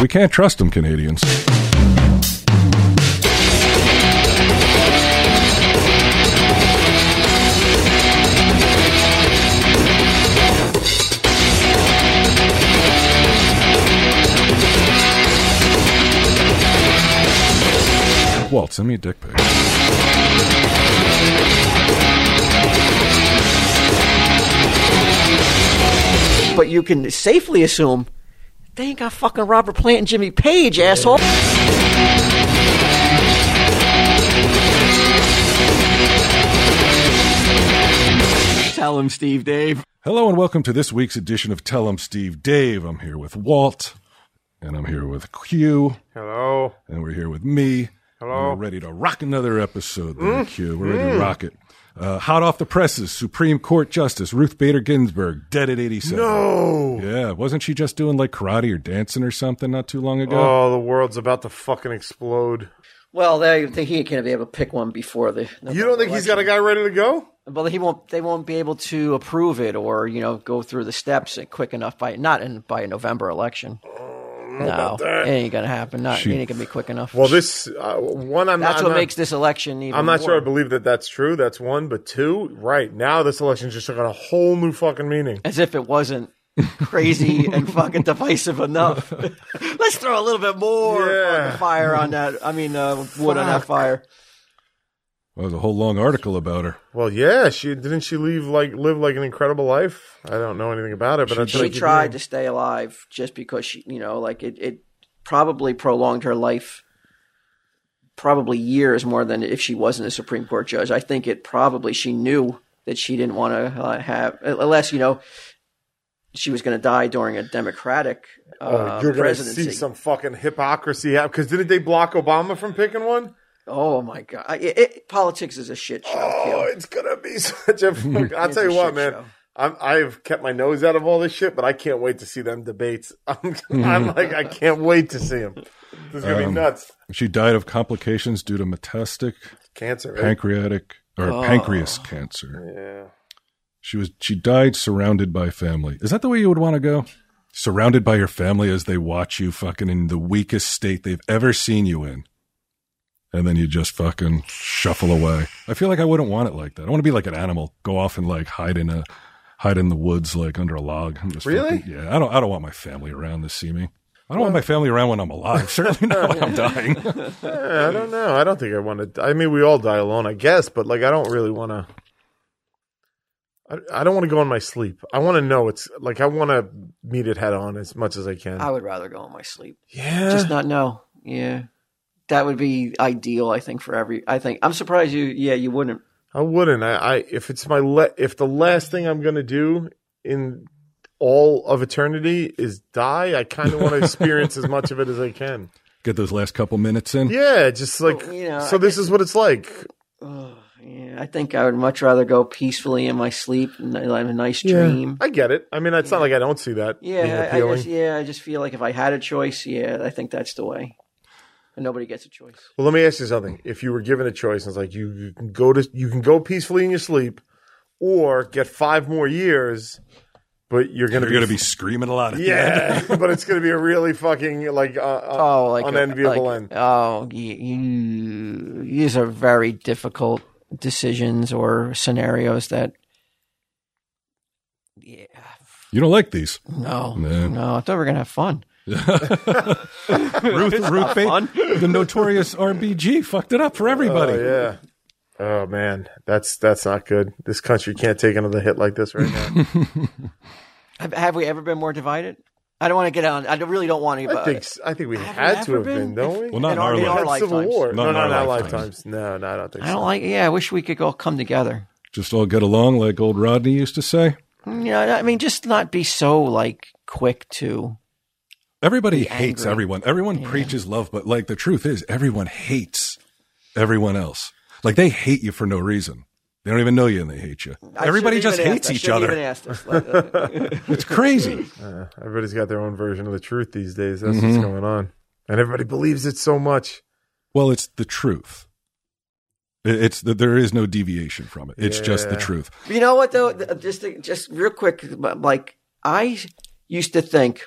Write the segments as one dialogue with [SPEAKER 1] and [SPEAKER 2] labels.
[SPEAKER 1] We can't trust them, Canadians. Walt, send me a dick pic.
[SPEAKER 2] But you can safely assume they ain't got fucking Robert Plant and Jimmy Page, asshole. Tell him, Steve Dave.
[SPEAKER 1] Hello and welcome to this week's edition of Tell 'em Steve Dave. I'm here with Walt, and I'm here with Q,
[SPEAKER 3] Hello.
[SPEAKER 1] and we're here with me.
[SPEAKER 3] Hello. Mm-hmm.
[SPEAKER 1] And we're ready to rock another episode, then, Q. We're ready to rock it. Uh, hot off the presses, Supreme Court Justice Ruth Bader Ginsburg, dead at 87.
[SPEAKER 3] No.
[SPEAKER 1] Yeah, wasn't she just doing like karate or dancing or something not too long ago?
[SPEAKER 3] Oh, the world's about to fucking explode.
[SPEAKER 2] Well, they think he can't be able to pick one before the.
[SPEAKER 3] You don't think he's got a guy ready to go?
[SPEAKER 2] Well, he won't. They won't be able to approve it, or you know, go through the steps quick enough by not in by a November election. No,
[SPEAKER 3] Oh, that.
[SPEAKER 2] it ain't gonna happen. Not it ain't gonna be quick enough.
[SPEAKER 3] Well, this uh, one I'm
[SPEAKER 2] that's
[SPEAKER 3] not. I'm
[SPEAKER 2] what
[SPEAKER 3] not-
[SPEAKER 2] makes this election even.
[SPEAKER 3] I'm not sure I
[SPEAKER 2] more-
[SPEAKER 3] believe that that's true. That's one, but two, right now this election's just took on a whole new fucking meaning.
[SPEAKER 2] as if it wasn't crazy and fucking divisive enough. Let's throw a little bit more
[SPEAKER 3] Yeah.
[SPEAKER 2] fucking fire on that. I mean, uh, wood on that
[SPEAKER 3] Fuck.
[SPEAKER 2] fire.
[SPEAKER 1] Well, there's a whole long article about her.
[SPEAKER 3] Well, yeah, she didn't she leave like live like an incredible life. I don't know anything about it, but that's what I
[SPEAKER 2] She
[SPEAKER 3] keep
[SPEAKER 2] tried to stay alive just because she, you know, like it, it probably prolonged her life probably years more than if she wasn't a Supreme Court judge. I think it probably she knew that she didn't want to uh, have unless you know she was going to die during a Democratic uh,
[SPEAKER 3] hearing. Oh, You're gonna
[SPEAKER 2] presidency.
[SPEAKER 3] see some fucking hypocrisy because didn't they block Obama from picking one?
[SPEAKER 2] Oh my god! I- It, it, politics is a shit show.
[SPEAKER 3] Oh,
[SPEAKER 2] Kale.
[SPEAKER 3] it's gonna be such a. fuck- I'll
[SPEAKER 2] It's
[SPEAKER 3] tell
[SPEAKER 2] a
[SPEAKER 3] you what,
[SPEAKER 2] shit
[SPEAKER 3] man.
[SPEAKER 2] show.
[SPEAKER 3] I'm, I've kept my nose out of all this shit, but I can't wait to see them debates. I'm, I'm like, I can't wait to see them. This is gonna
[SPEAKER 2] Um,
[SPEAKER 3] be nuts.
[SPEAKER 1] She died of complications due to metastatic
[SPEAKER 3] Cancer, right? Oh.
[SPEAKER 1] pancreatic or pancreas cancer.
[SPEAKER 3] yeah.
[SPEAKER 1] She was she died surrounded by family. Is that the way you would want to go? Surrounded by your family as they watch you fucking in the weakest state they've ever seen you in. And then you just fucking shuffle away. I feel like I wouldn't want it like that. I want to be like an animal, go off and like hide in a hide in the woods like under a log. I'm just
[SPEAKER 3] Really?
[SPEAKER 1] fucking- yeah, I don't I don't want my family around to see me. I don't want my family around when I'm alive. Certainly not when I'm dying.
[SPEAKER 3] Yeah, I don't know. I don't think I want to. I mean, we all die alone, I guess, but like, I don't really want to. I, I don't want to go in my sleep. I want to know it's like I want to meet it head on as much as I can.
[SPEAKER 2] I would rather go in my sleep,
[SPEAKER 3] yeah,
[SPEAKER 2] just not know. Yeah, that would be ideal. I think for every. I think I'm surprised you. Yeah, you wouldn't.
[SPEAKER 3] I wouldn't. I, I if it's my le- if the last thing I'm gonna do in all of eternity is die, I kind of want to experience as much of it as I can.
[SPEAKER 1] Get those last couple minutes in.
[SPEAKER 3] Yeah, just like
[SPEAKER 2] Well, you know,
[SPEAKER 3] so.
[SPEAKER 2] I-
[SPEAKER 3] This is what it's like.
[SPEAKER 2] Oh, yeah, I think I would much rather go peacefully in my sleep and have a nice dream.
[SPEAKER 3] I get it. I mean, it's not like I don't see that. being
[SPEAKER 2] Yeah, I, I
[SPEAKER 3] appealing.
[SPEAKER 2] guess. Yeah, I just feel like if I had a choice, yeah, I think that's the way. And nobody gets a choice.
[SPEAKER 3] Well, let me ask you something. If you were given a choice, and it's like you, you can go to you can go peacefully in your sleep, or get five more years, but you're gonna
[SPEAKER 1] You're going to be screaming a lot at the end.
[SPEAKER 3] yeah, but it's gonna be a really fucking like uh, uh,
[SPEAKER 2] Oh, like
[SPEAKER 3] unenviable
[SPEAKER 2] like-
[SPEAKER 3] end.
[SPEAKER 2] Oh, you, you, these are very difficult decisions or scenarios that. Yeah,
[SPEAKER 1] You don't like these.
[SPEAKER 2] no,
[SPEAKER 1] No.
[SPEAKER 2] no. I thought we were gonna have fun.
[SPEAKER 1] Ruth, Ruth Bader, the notorious RBG, fucked it up for everybody.
[SPEAKER 3] Oh yeah. Oh man, that's that's not good. This country can't take another hit like this right now.
[SPEAKER 2] Have, have we ever been more divided? I don't want to get on. I don't- really don't want to.
[SPEAKER 3] I think I think we
[SPEAKER 2] Have we
[SPEAKER 3] had to
[SPEAKER 2] ever
[SPEAKER 3] have
[SPEAKER 2] been?
[SPEAKER 3] been, don't we?
[SPEAKER 1] Well, not in
[SPEAKER 2] In
[SPEAKER 1] our
[SPEAKER 2] our- in
[SPEAKER 1] life.
[SPEAKER 2] our
[SPEAKER 3] That's Civil
[SPEAKER 2] lifetimes.
[SPEAKER 3] War.
[SPEAKER 1] Not
[SPEAKER 3] no,
[SPEAKER 1] in
[SPEAKER 3] no,
[SPEAKER 1] our
[SPEAKER 3] not
[SPEAKER 1] lifetimes.
[SPEAKER 3] lifetimes. No, no, I don't think
[SPEAKER 2] I
[SPEAKER 3] so.
[SPEAKER 2] don't like. Yeah, I wish we could all come together.
[SPEAKER 1] Just all get along, like old Rodney used to say.
[SPEAKER 2] You know, I mean, just not be so like quick to.
[SPEAKER 1] Everybody hates
[SPEAKER 2] angry.
[SPEAKER 1] everyone. Everyone preaches love, but like the truth is, everyone hates everyone else. Like they hate you for no reason. They don't even know you and they hate you. Everybody just hates each other.
[SPEAKER 2] uh,
[SPEAKER 1] It's crazy.
[SPEAKER 3] Everybody's got their own version of the truth these days. That's
[SPEAKER 1] Mm-hmm.
[SPEAKER 3] what's going on, and everybody believes it so much.
[SPEAKER 1] Well, it's the truth. It- It's that there is no deviation from it. It's just the
[SPEAKER 3] Yeah.
[SPEAKER 1] truth.
[SPEAKER 2] You know what though? Th- Just just real quick, but, like I used to think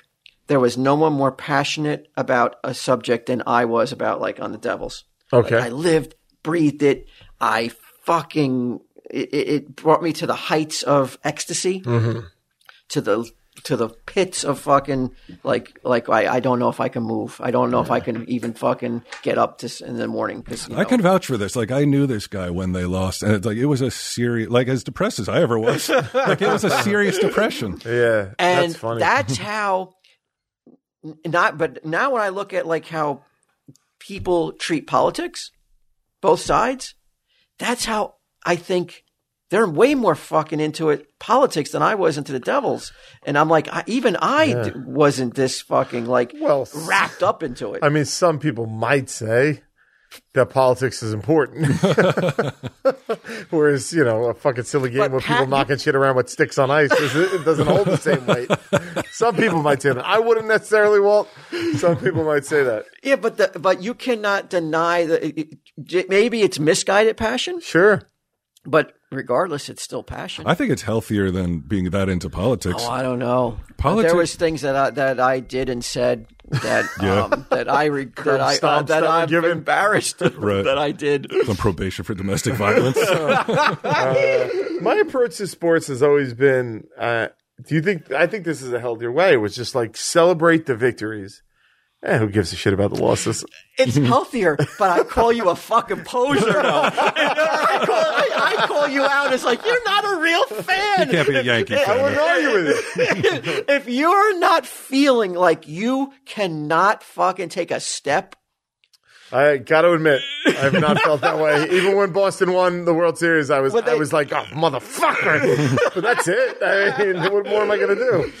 [SPEAKER 2] there was no one more passionate about a subject than I was about like on the Devils.
[SPEAKER 3] Okay.
[SPEAKER 2] I lived, breathed it. I fucking it, it- it brought me to the heights of ecstasy, to the to the pits of fucking like like I, I don't know if I can move. I don't know if I can even fucking get up this in the morning because
[SPEAKER 1] I can vouch for this. Like I knew this guy when they lost, and it's like it was a serious, like as depressed as I ever was. like it was a serious depression.
[SPEAKER 3] yeah.
[SPEAKER 2] and
[SPEAKER 3] that's funny.
[SPEAKER 2] that's how n- not but now when i look at like how people treat politics both sides that's how i think they're way more fucking into it politics than i was into the devils and i'm like I, even i d- wasn't this fucking like
[SPEAKER 3] Well, s-
[SPEAKER 2] wrapped up into it
[SPEAKER 3] I mean, some people might say that politics is important. Whereas, you know, a fucking silly game
[SPEAKER 2] But
[SPEAKER 3] where
[SPEAKER 2] Pat-
[SPEAKER 3] people knocking shit around with sticks on ice is, it doesn't hold the same weight. Some people might say that. I wouldn't necessarily, Walt. Some people might say that.
[SPEAKER 2] yeah but the, but you cannot deny that it, it- maybe it's misguided passion
[SPEAKER 3] Sure.
[SPEAKER 2] but regardless it's still passion
[SPEAKER 1] I think it's healthier than being that into politics.
[SPEAKER 2] Oh, I don't know.
[SPEAKER 1] Politics-
[SPEAKER 2] There was things that I, that I did and said that
[SPEAKER 1] Yeah.
[SPEAKER 2] um, that I re- that I uh, that
[SPEAKER 3] stomps that were
[SPEAKER 2] I'm
[SPEAKER 3] given.
[SPEAKER 2] embarrassed
[SPEAKER 1] Right.
[SPEAKER 2] that I did.
[SPEAKER 1] on probation for domestic violence.
[SPEAKER 3] My approach to sports has always been uh, do you think, I think this is a healthier way, was just like celebrate the victories. Eh, who gives a shit about the losses?
[SPEAKER 2] It's healthier, but I call you a fucking poser. Though. And then I, call, I, I call you out. It's like you're not a real fan.
[SPEAKER 1] You can't be a Yankee
[SPEAKER 2] If-
[SPEAKER 1] fan.
[SPEAKER 3] I wouldn't argue with it.
[SPEAKER 2] if you're not feeling like you cannot fucking take a step
[SPEAKER 3] I got to admit, I have not felt that way. Even when Boston won the World Series, I was
[SPEAKER 2] But they-
[SPEAKER 3] I was like, oh, motherfucker. but that's it. I mean, what more am I going to do?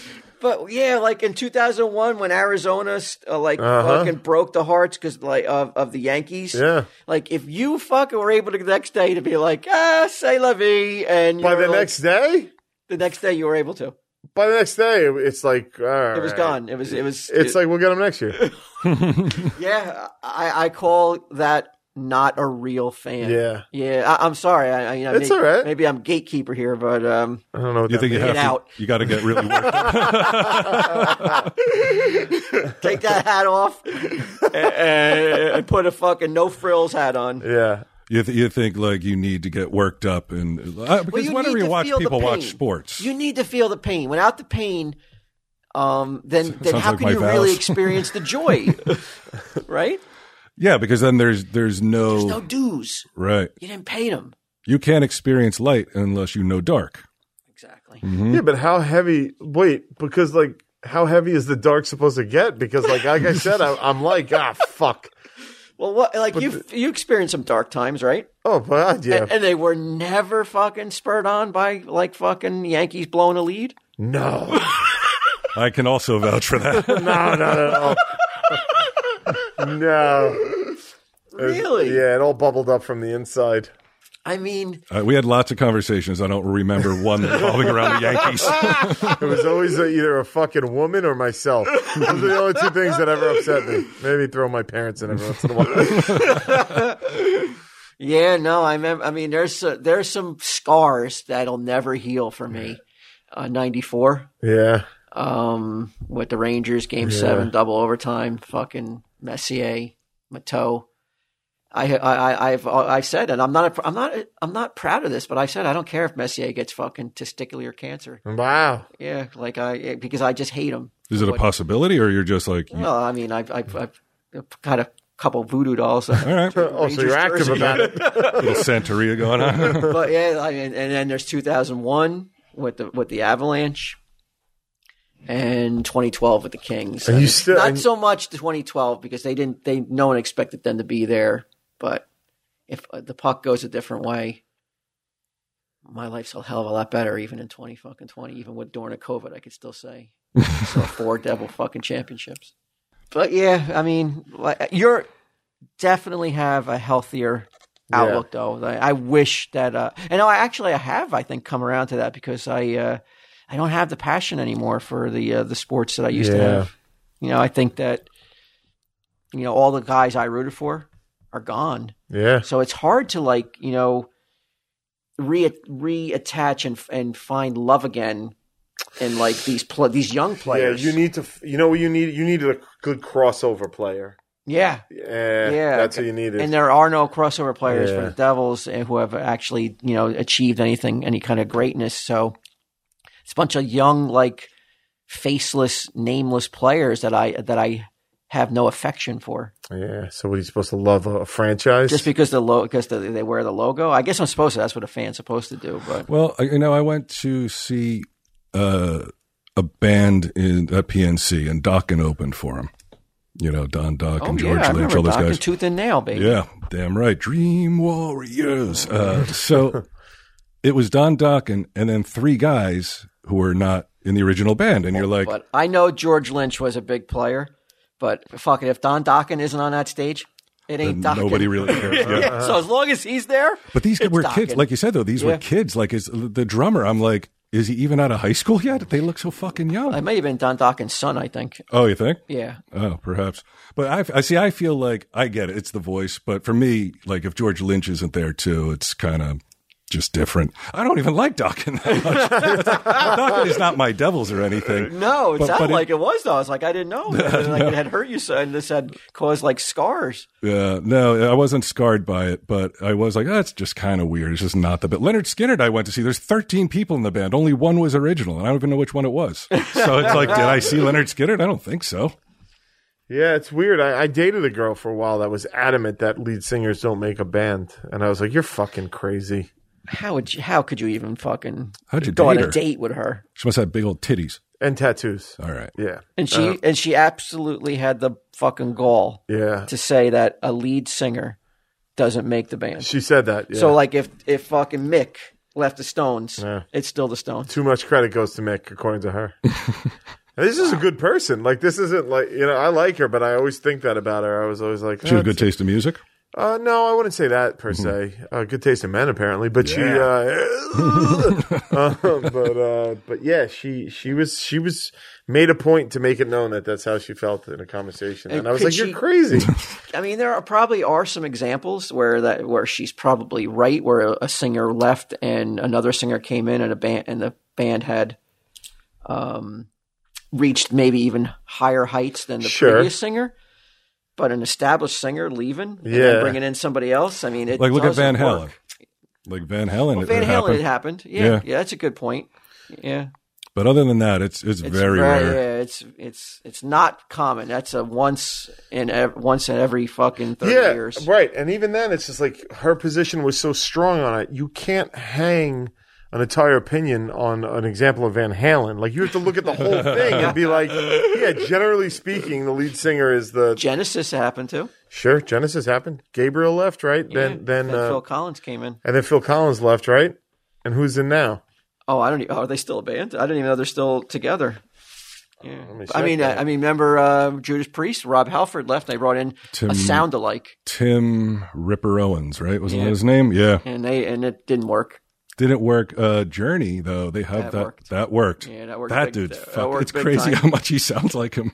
[SPEAKER 2] But yeah, like in 2001 when Arizona uh, like fucking broke the hearts because like of, of the Yankees.
[SPEAKER 3] Uh-huh. Yeah.
[SPEAKER 2] Like if you fucking were able to the next day to be like ah say la vie and you
[SPEAKER 3] By
[SPEAKER 2] were
[SPEAKER 3] the
[SPEAKER 2] like-
[SPEAKER 3] next day,
[SPEAKER 2] the next day you were able to.
[SPEAKER 3] by the next day, it's like, all right.
[SPEAKER 2] It was gone. It was it was.
[SPEAKER 3] It's
[SPEAKER 2] it-
[SPEAKER 3] like, we'll get them next year.
[SPEAKER 2] yeah. I I call that not a real fan.
[SPEAKER 3] Yeah.
[SPEAKER 2] Yeah. I, I'm sorry. I, I, you know,
[SPEAKER 3] It's
[SPEAKER 2] may-
[SPEAKER 3] all right.
[SPEAKER 2] Maybe I'm gatekeeper here, but um.
[SPEAKER 3] I don't know what
[SPEAKER 1] You
[SPEAKER 3] that
[SPEAKER 1] think you
[SPEAKER 3] means.
[SPEAKER 1] have
[SPEAKER 2] Get
[SPEAKER 1] to?
[SPEAKER 2] out.
[SPEAKER 1] You got to get really worked up.
[SPEAKER 2] Take that hat off and, and- and put a fucking no frills hat on.
[SPEAKER 3] Yeah.
[SPEAKER 1] You, th- you think like you need to get worked up and uh, because
[SPEAKER 2] you
[SPEAKER 1] whenever
[SPEAKER 2] need
[SPEAKER 1] you
[SPEAKER 2] to
[SPEAKER 1] watch
[SPEAKER 2] feel the
[SPEAKER 1] people watch
[SPEAKER 2] pain.
[SPEAKER 1] sports,
[SPEAKER 2] You need to feel the pain. Without the pain, um, then then
[SPEAKER 1] sounds
[SPEAKER 2] how
[SPEAKER 1] like
[SPEAKER 2] can
[SPEAKER 1] my
[SPEAKER 2] you really
[SPEAKER 1] vows.
[SPEAKER 2] experience the joy? right?
[SPEAKER 1] yeah, because then there's there's no,
[SPEAKER 2] No dues.
[SPEAKER 1] right.
[SPEAKER 2] You didn't pay them.
[SPEAKER 1] You can't experience light unless you know dark.
[SPEAKER 2] Exactly.
[SPEAKER 1] Mm-hmm.
[SPEAKER 3] Yeah, but how heavy? Wait, because like, how heavy is the dark supposed to get? Because like, like I said, I, I'm like, ah, fuck.
[SPEAKER 2] Well, what like you you experienced some dark times, right?
[SPEAKER 3] Oh, God, yeah.
[SPEAKER 2] And they were never fucking spurred on by like fucking Yankees blowing a lead.
[SPEAKER 3] no.
[SPEAKER 1] I can also vouch for that.
[SPEAKER 3] No, not at all. no.
[SPEAKER 2] Really?
[SPEAKER 3] Yeah, it all bubbled up from the inside.
[SPEAKER 2] I mean,
[SPEAKER 1] uh, we had lots of conversations. I don't remember one revolving around the Yankees.
[SPEAKER 3] It was always a, either a fucking woman or myself. Those are the only two things that ever upset me. Maybe throw my parents in every once in a while.
[SPEAKER 2] yeah, no, I mem- I mean, there's uh, there's some scars that'll never heal for me. Uh, 94.
[SPEAKER 3] Yeah.
[SPEAKER 2] um, with the Rangers, game seven, double overtime, fucking Messier, Mateau. I, I, I've, I've said it. I'm not, a, I'm not, I'm not proud of this, but I said I don't care if Messier gets fucking testicular cancer.
[SPEAKER 3] Wow.
[SPEAKER 2] Yeah, like I, because I just hate him.
[SPEAKER 1] Is it a possibility, or you're just like,
[SPEAKER 2] Well, I mean, I've, I've, I've got a couple voodoo dolls.
[SPEAKER 1] all right, little
[SPEAKER 3] Oh, so you're active
[SPEAKER 2] jersey.
[SPEAKER 3] about it.
[SPEAKER 1] Santeria going on?
[SPEAKER 2] but yeah, I mean, and then there's 2001 with the with the Avalanche, and 2012 with the Kings.
[SPEAKER 3] And you still-
[SPEAKER 2] not
[SPEAKER 3] and-
[SPEAKER 2] so much the 2012 because they didn't they no one expected them to be there. But if uh, the puck goes a different way, my life's a hell of a lot better. Even in 20 fucking 20, even with during a COVID, I could still say so four devil fucking championships. But yeah, I mean, like, you're definitely have a healthier outlook though. Like, I wish that uh and I actually I have I think come around to that because I uh I don't have the passion anymore for the uh, the sports that I used to
[SPEAKER 3] Yeah.
[SPEAKER 2] have. You know, I think that you know all the guys I rooted for are gone.
[SPEAKER 3] Yeah.
[SPEAKER 2] So it's hard to like, you know, re reattach and and find love again and like these pl- these young players.
[SPEAKER 3] Yeah, you need to. f- You know what you need? You need a good crossover player.
[SPEAKER 2] yeah.
[SPEAKER 3] Yeah,
[SPEAKER 2] Yeah.
[SPEAKER 3] that's what you needed.
[SPEAKER 2] And there are no crossover players for
[SPEAKER 3] Yeah.
[SPEAKER 2] the Devils and who have actually, you know, achieved anything, any kind of greatness. So it's a bunch of young, like faceless, nameless players that I that I have no affection for.
[SPEAKER 3] yeah. So what are you supposed to love a, a franchise?
[SPEAKER 2] Just because the lo- because the, they wear the logo. I guess I'm supposed to. That's what a fan's supposed to do. But
[SPEAKER 1] Well, I- you know, I went to see uh, a band in at PNC, and Dokken opened for him. You know, Don Dock
[SPEAKER 2] oh
[SPEAKER 1] and
[SPEAKER 2] yeah,
[SPEAKER 1] George
[SPEAKER 2] I
[SPEAKER 1] Lynch,
[SPEAKER 2] remember
[SPEAKER 1] all those
[SPEAKER 2] Doc
[SPEAKER 1] guys.
[SPEAKER 2] and Tooth and Nail, baby.
[SPEAKER 1] Yeah, damn right. Dream Warriors. Uh, so it was Don Dokken and then three guys who were not in the original band. And you're like,
[SPEAKER 2] But I know George Lynch was a big player. But fuck it, if Don Dokken isn't on that stage, it ain't Dokken.
[SPEAKER 1] nobody really cares. Yeah.
[SPEAKER 2] Yeah, so as long as he's there,
[SPEAKER 1] But these
[SPEAKER 2] It's
[SPEAKER 1] were
[SPEAKER 2] Dokken.
[SPEAKER 1] kids. Like you said, though, these were
[SPEAKER 2] Yeah.
[SPEAKER 1] kids. Like is, the drummer, I'm like, is he even out of high school yet? They look so fucking young.
[SPEAKER 2] I may have been Don Docken's son. I think.
[SPEAKER 1] oh, you think?
[SPEAKER 2] Yeah.
[SPEAKER 1] Oh, perhaps. But I, I see. I feel like I get it. It's the voice. But for me, like if George Lynch isn't there too, it's kind of just different. I don't even like Dokken that much. Dokken is not my devils or anything.
[SPEAKER 2] No, it
[SPEAKER 1] But-
[SPEAKER 2] sounded
[SPEAKER 1] but it-
[SPEAKER 2] like it, was though. I was like, I didn't know. like it had hurt you so, and this had caused like scars.
[SPEAKER 1] Yeah, no, I wasn't scarred by it, but I was like, "Oh, that's just kind of weird. It's just not the bit. Leonard Skinner, I went to see. There's 13 people in the band. Only one was original, and I don't even know which one it was. So it's like, did I see Leonard Skinner? I don't think so.
[SPEAKER 3] Yeah, it's weird. I, I dated a girl for a while that was adamant that lead singers don't make a band, and I was like, "You're fucking crazy."
[SPEAKER 2] How would you, how could you even fucking
[SPEAKER 1] How'd you
[SPEAKER 2] go on
[SPEAKER 1] date
[SPEAKER 2] a
[SPEAKER 1] her?
[SPEAKER 2] date with her?
[SPEAKER 1] She must have big old titties.
[SPEAKER 3] And tattoos.
[SPEAKER 1] All right.
[SPEAKER 3] Yeah,
[SPEAKER 2] And she
[SPEAKER 1] Uh-huh.
[SPEAKER 2] and she absolutely had the fucking gall
[SPEAKER 3] yeah.
[SPEAKER 2] to say that a lead singer doesn't make the band.
[SPEAKER 3] She said that. Yeah.
[SPEAKER 2] So like if if fucking Mick left the Stones,
[SPEAKER 3] Yeah.
[SPEAKER 2] it's still the Stones.
[SPEAKER 3] too much credit goes to Mick, according to her. this is a good person. Like this isn't like you know. I like her, but I always think that about her. I was always like,
[SPEAKER 1] She
[SPEAKER 3] "Oh,
[SPEAKER 1] had good Mm-hmm. taste in music.
[SPEAKER 3] Uh, no, I wouldn't say that per se. Uh, good taste in men, apparently, but she, uh, uh, but uh, but yeah, she she was she was made a point to make it known that that's how she felt in a conversation, and,
[SPEAKER 2] And
[SPEAKER 3] I was
[SPEAKER 2] could
[SPEAKER 3] like,
[SPEAKER 2] she-
[SPEAKER 3] "You're crazy."
[SPEAKER 2] I mean, there are probably are some examples where that where she's probably right, where a, a singer left and another singer came in, and a band and the band had um, reached maybe even higher heights than the
[SPEAKER 3] Sure.
[SPEAKER 2] previous singer. But an established singer leaving, and
[SPEAKER 3] Yeah.
[SPEAKER 2] then bringing in somebody else. I mean, it
[SPEAKER 1] Like, look at
[SPEAKER 2] doesn't
[SPEAKER 1] Van Halen.
[SPEAKER 2] work.
[SPEAKER 1] Like Van Halen,
[SPEAKER 2] Well,
[SPEAKER 1] it-
[SPEAKER 2] Van
[SPEAKER 1] it
[SPEAKER 2] Halen,
[SPEAKER 1] happened.
[SPEAKER 2] it happened. Yeah,
[SPEAKER 1] Yeah.
[SPEAKER 2] yeah, that's a good point. Yeah,
[SPEAKER 1] But other than that, it's it's, very rare.
[SPEAKER 2] Yeah, it's it's it's not common. That's a once in ev- once in every fucking thirty
[SPEAKER 3] yeah,
[SPEAKER 2] years.
[SPEAKER 3] right. And even then, it's just like her position was so strong on it. You can't hang an entire opinion on an example of Van Halen. Like you have to look at the whole thing and be like, "Yeah." Generally speaking, the lead singer is the
[SPEAKER 2] Genesis happened too.
[SPEAKER 3] Sure, Genesis happened. Gabriel left, right? then then, uh,
[SPEAKER 2] Phil Collins came in.
[SPEAKER 3] and then Phil Collins left, right? And who's in now?
[SPEAKER 2] Oh, I don't. Even, oh, are they still a band? I didn't even know they're still together. Yeah. I
[SPEAKER 3] me check
[SPEAKER 2] mean, I,
[SPEAKER 3] that.
[SPEAKER 2] I mean, remember uh, Judas Priest? Rob Halford left. and They brought in
[SPEAKER 1] Tim-
[SPEAKER 2] a sound alike,
[SPEAKER 1] Tim Ripper Owens, right? Wasn't
[SPEAKER 2] Yeah.
[SPEAKER 1] that his name? Yeah.
[SPEAKER 2] and they and it didn't work.
[SPEAKER 1] Didn't work. Uh, Journey though, they have that.
[SPEAKER 2] That
[SPEAKER 1] That worked.
[SPEAKER 2] worked. Yeah, that worked
[SPEAKER 1] That
[SPEAKER 2] big-
[SPEAKER 1] dude,
[SPEAKER 2] that
[SPEAKER 1] fuck,
[SPEAKER 2] worked
[SPEAKER 1] it's
[SPEAKER 2] big
[SPEAKER 1] crazy
[SPEAKER 2] time.
[SPEAKER 1] how much he sounds like him.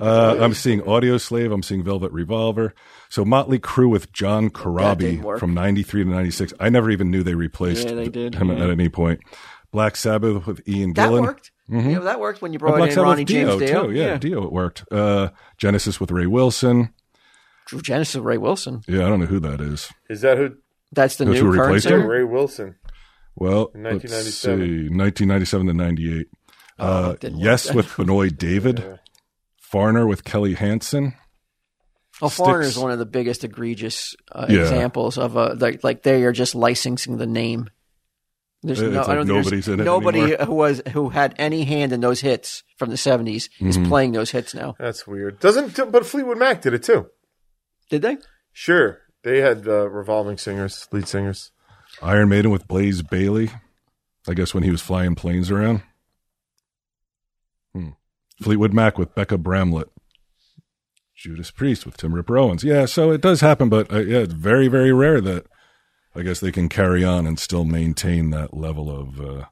[SPEAKER 1] uh, I'm seeing Audio Slave. I'm seeing Velvet Revolver. So Motley Crue with John
[SPEAKER 2] didn't
[SPEAKER 1] Corabi
[SPEAKER 2] work.
[SPEAKER 1] from '93 to '96. I never even knew they replaced
[SPEAKER 2] Yeah, they did,
[SPEAKER 1] him
[SPEAKER 2] yeah.
[SPEAKER 1] at any point. Black Sabbath with Ian
[SPEAKER 2] That
[SPEAKER 1] Gillan.
[SPEAKER 2] worked. Yeah, that worked when you
[SPEAKER 1] Uh,
[SPEAKER 2] brought
[SPEAKER 1] Black
[SPEAKER 2] in
[SPEAKER 1] Sabbath
[SPEAKER 2] Oh, Ronnie
[SPEAKER 1] with Dio
[SPEAKER 2] James Dio.
[SPEAKER 1] too. Yeah, Dio. It worked. Uh, Genesis with Ray Wilson.
[SPEAKER 2] Drew Genesis, Ray Wilson.
[SPEAKER 1] Yeah, I don't know who that is.
[SPEAKER 3] Is that who?
[SPEAKER 2] That's the
[SPEAKER 1] That's who
[SPEAKER 2] new current
[SPEAKER 1] replaced him?
[SPEAKER 2] singer.
[SPEAKER 3] Ray Wilson.
[SPEAKER 1] Well,
[SPEAKER 3] In
[SPEAKER 1] let's see,
[SPEAKER 3] 1997.
[SPEAKER 1] 1997 to 98. uh,
[SPEAKER 2] that Oh, didn't work
[SPEAKER 1] yes,
[SPEAKER 2] then.
[SPEAKER 1] with Benoit David. Farner with Kelly Hansen.
[SPEAKER 2] Oh, Foreigner is
[SPEAKER 1] Sticks.
[SPEAKER 2] one of the biggest egregious uh,
[SPEAKER 1] Yeah.
[SPEAKER 2] examples of a like like they are just licensing the name. There's
[SPEAKER 1] It's
[SPEAKER 2] no,
[SPEAKER 1] like
[SPEAKER 2] I don't think
[SPEAKER 1] nobody's
[SPEAKER 2] there's
[SPEAKER 1] in it
[SPEAKER 2] nobody
[SPEAKER 1] anymore.
[SPEAKER 2] who was who had any hand in those hits from the 70s is
[SPEAKER 1] Mm-hmm.
[SPEAKER 2] playing those hits now.
[SPEAKER 3] That's weird. Doesn't but Fleetwood Mac did it too.
[SPEAKER 2] Did they?
[SPEAKER 3] Sure, they had uh, revolving singers, lead singers.
[SPEAKER 1] Iron Maiden with Blaze Bailey. I guess when he was flying planes around. Hmm. Fleetwood Mac with Becca Bramlett. Judas Priest with Tim Ripper Owens. Yeah, so it does happen, but uh, yeah, it's very, very rare that I guess they can carry on and still maintain that level of. Uh,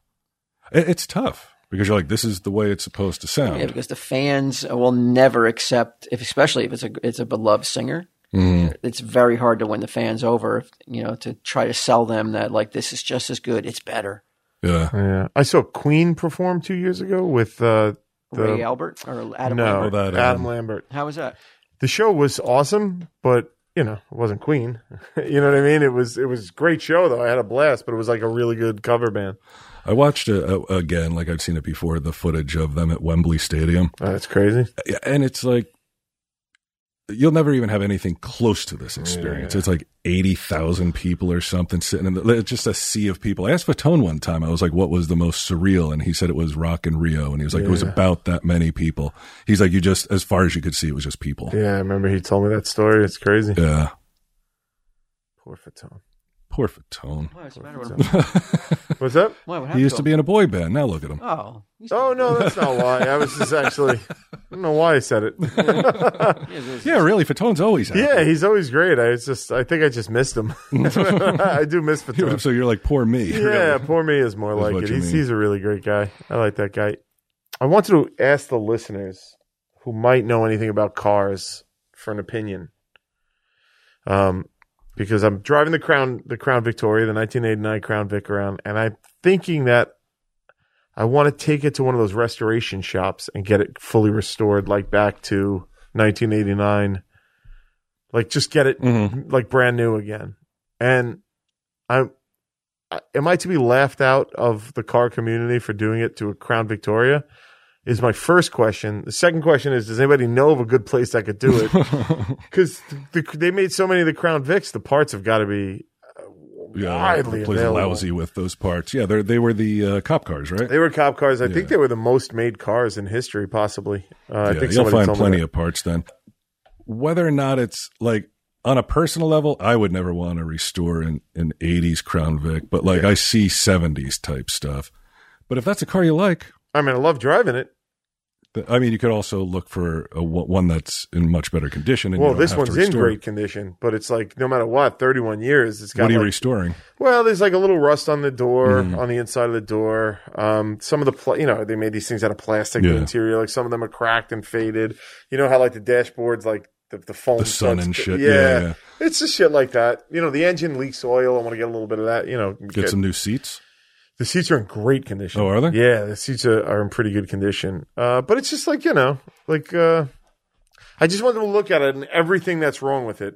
[SPEAKER 1] it- it's tough because you're like, this is the way it's supposed to sound.
[SPEAKER 2] Yeah, because the fans will never accept if especially if it's a it's a beloved singer.
[SPEAKER 1] Mhm.
[SPEAKER 2] It's very hard to win the fans over, you know, to try to sell them that like this is just as good, it's better.
[SPEAKER 1] Yeah.
[SPEAKER 3] Yeah, I saw Queen perform two years ago with uh, the
[SPEAKER 2] Ray Albert or Adam
[SPEAKER 3] no
[SPEAKER 2] Lambert.
[SPEAKER 1] Lambert.
[SPEAKER 3] Adam Lambert.
[SPEAKER 2] How was that?
[SPEAKER 3] The show was awesome, but you know it wasn't Queen. you know what I mean? It was it was a great show though. I had a blast, but it was like a really good cover band.
[SPEAKER 1] I watched uh uh again, like I've seen it before, the footage of them at Wembley Stadium.
[SPEAKER 3] Oh, that's crazy.
[SPEAKER 1] Yeah, and it's like you'll never even have anything close to this experience. It's like eighty thousand people or something sitting in the, it's just a sea of people. I asked Fatone one time. I was like, "What was the most surreal?" And he said it was Rock and Rio, and he was like, "It was
[SPEAKER 3] Yeah.
[SPEAKER 1] about that many people." He's like, "You just as far as you could see, it was just people."
[SPEAKER 3] Yeah, I remember he told me that story. It's crazy.
[SPEAKER 1] Yeah.
[SPEAKER 3] Poor Fatone.
[SPEAKER 1] Poor Fatone.
[SPEAKER 2] What's the matter with him?
[SPEAKER 3] What's up?
[SPEAKER 2] What, what happened
[SPEAKER 1] He used to
[SPEAKER 2] him?
[SPEAKER 1] be in a boy band. Now look at him.
[SPEAKER 2] Oh, he's
[SPEAKER 3] Oh no, that's not why. I was just actually. I don't know why I said it.
[SPEAKER 1] Yeah, really. Fatone's always happy.
[SPEAKER 3] Yeah, he's always great. I was just, I think I just missed him. I do miss Fatone.
[SPEAKER 1] So you're like, poor me.
[SPEAKER 3] Yeah, poor me is more
[SPEAKER 1] That's
[SPEAKER 3] like
[SPEAKER 1] what
[SPEAKER 3] it.
[SPEAKER 1] you
[SPEAKER 3] He's,
[SPEAKER 1] mean.
[SPEAKER 3] he's a really great guy. I like that guy. I wanted to ask the listeners who might know anything about cars for an opinion. Um, because I'm driving the Crown, the Crown Victoria, the 1989 Crown Vic around, and I'm thinking that I want to take it to one of those restoration shops and get it fully restored, like back to 1989. Like just get it
[SPEAKER 1] Mm-hmm.
[SPEAKER 3] like brand new again. And I'm, I- am I to be laughed out of the car community for doing it to a Crown Victoria? Is my first question. The second question is, does anybody know of a good place I could do it? Because the, they made so many of the Crown Vics, the parts have got to be uh,
[SPEAKER 1] yeah,
[SPEAKER 3] widely
[SPEAKER 1] the plays
[SPEAKER 3] available.
[SPEAKER 1] lousy with those parts. Yeah, they they were the uh, cop cars, right?
[SPEAKER 3] They were cop cars. I
[SPEAKER 1] Yeah.
[SPEAKER 3] think they were the most made cars in history, possibly. Uh, I
[SPEAKER 1] yeah,
[SPEAKER 3] think
[SPEAKER 1] you'll
[SPEAKER 3] somebody
[SPEAKER 1] find
[SPEAKER 3] told me
[SPEAKER 1] plenty
[SPEAKER 3] that.
[SPEAKER 1] of parts then. Whether or not it's like on a personal level, I would never want to restore an, an 80s Crown Vic, but like I see 70s type stuff. But if that's a car you like,
[SPEAKER 3] I mean, I love driving it.
[SPEAKER 1] th- I mean, you could also look for a, one one that's in much better condition. And you
[SPEAKER 3] Well,
[SPEAKER 1] don't
[SPEAKER 3] this
[SPEAKER 1] have to
[SPEAKER 3] one's in
[SPEAKER 1] restore it.
[SPEAKER 3] great condition, but it's like no matter what, thirty-one years, it's got
[SPEAKER 1] What are you
[SPEAKER 3] like,
[SPEAKER 1] restoring?
[SPEAKER 3] Well, there's like a little rust on the door,
[SPEAKER 1] Mm-hmm.
[SPEAKER 3] on the inside of the door. Um, some of the, pla- you know, they made these things out of plastic the
[SPEAKER 1] Yeah.
[SPEAKER 3] interior. Like some of them are cracked and faded. You know how like the dashboards, like the, the foam,
[SPEAKER 1] The sun
[SPEAKER 3] starts-
[SPEAKER 1] and shit.
[SPEAKER 3] Yeah.
[SPEAKER 1] Yeah, yeah.
[SPEAKER 3] it's just shit like that. You know, the engine leaks oil. I want to get a little bit of that. You know,
[SPEAKER 1] Get
[SPEAKER 3] get-
[SPEAKER 1] some new seats.
[SPEAKER 3] the seats are in great condition.
[SPEAKER 1] Oh, are they?
[SPEAKER 3] Yeah, the seats are, are in pretty good condition. Uh, but it's just like you know, like uh, I just wanted to look at it and everything that's wrong with it,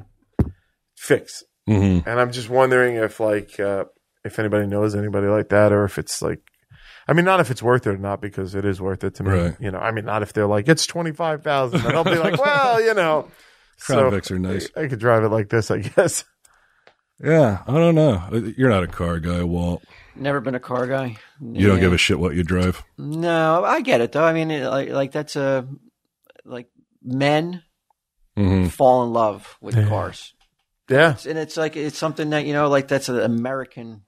[SPEAKER 3] fix.
[SPEAKER 1] Mm-hmm.
[SPEAKER 3] And I'm just wondering if like uh, if anybody knows anybody like that, or if it's like, I mean, not if it's worth it or not, because it is worth it to me.
[SPEAKER 1] Right.
[SPEAKER 3] You know, I mean, not if they're like it's twenty five thousand, and I'll be like, well, you know,
[SPEAKER 1] Crown Vics are nice.
[SPEAKER 3] I, I could drive it like this, I guess.
[SPEAKER 1] Yeah, I don't know. Uh, You're not a car guy, Walt.
[SPEAKER 2] Never been a car guy.
[SPEAKER 1] You don't give a shit what you drive.
[SPEAKER 2] No, I get it though. I mean, it, like, like that's a like men
[SPEAKER 1] Mm-hmm.
[SPEAKER 2] fall in love with cars,
[SPEAKER 3] Yeah,
[SPEAKER 2] and it's like it's something that you know, like that's an American.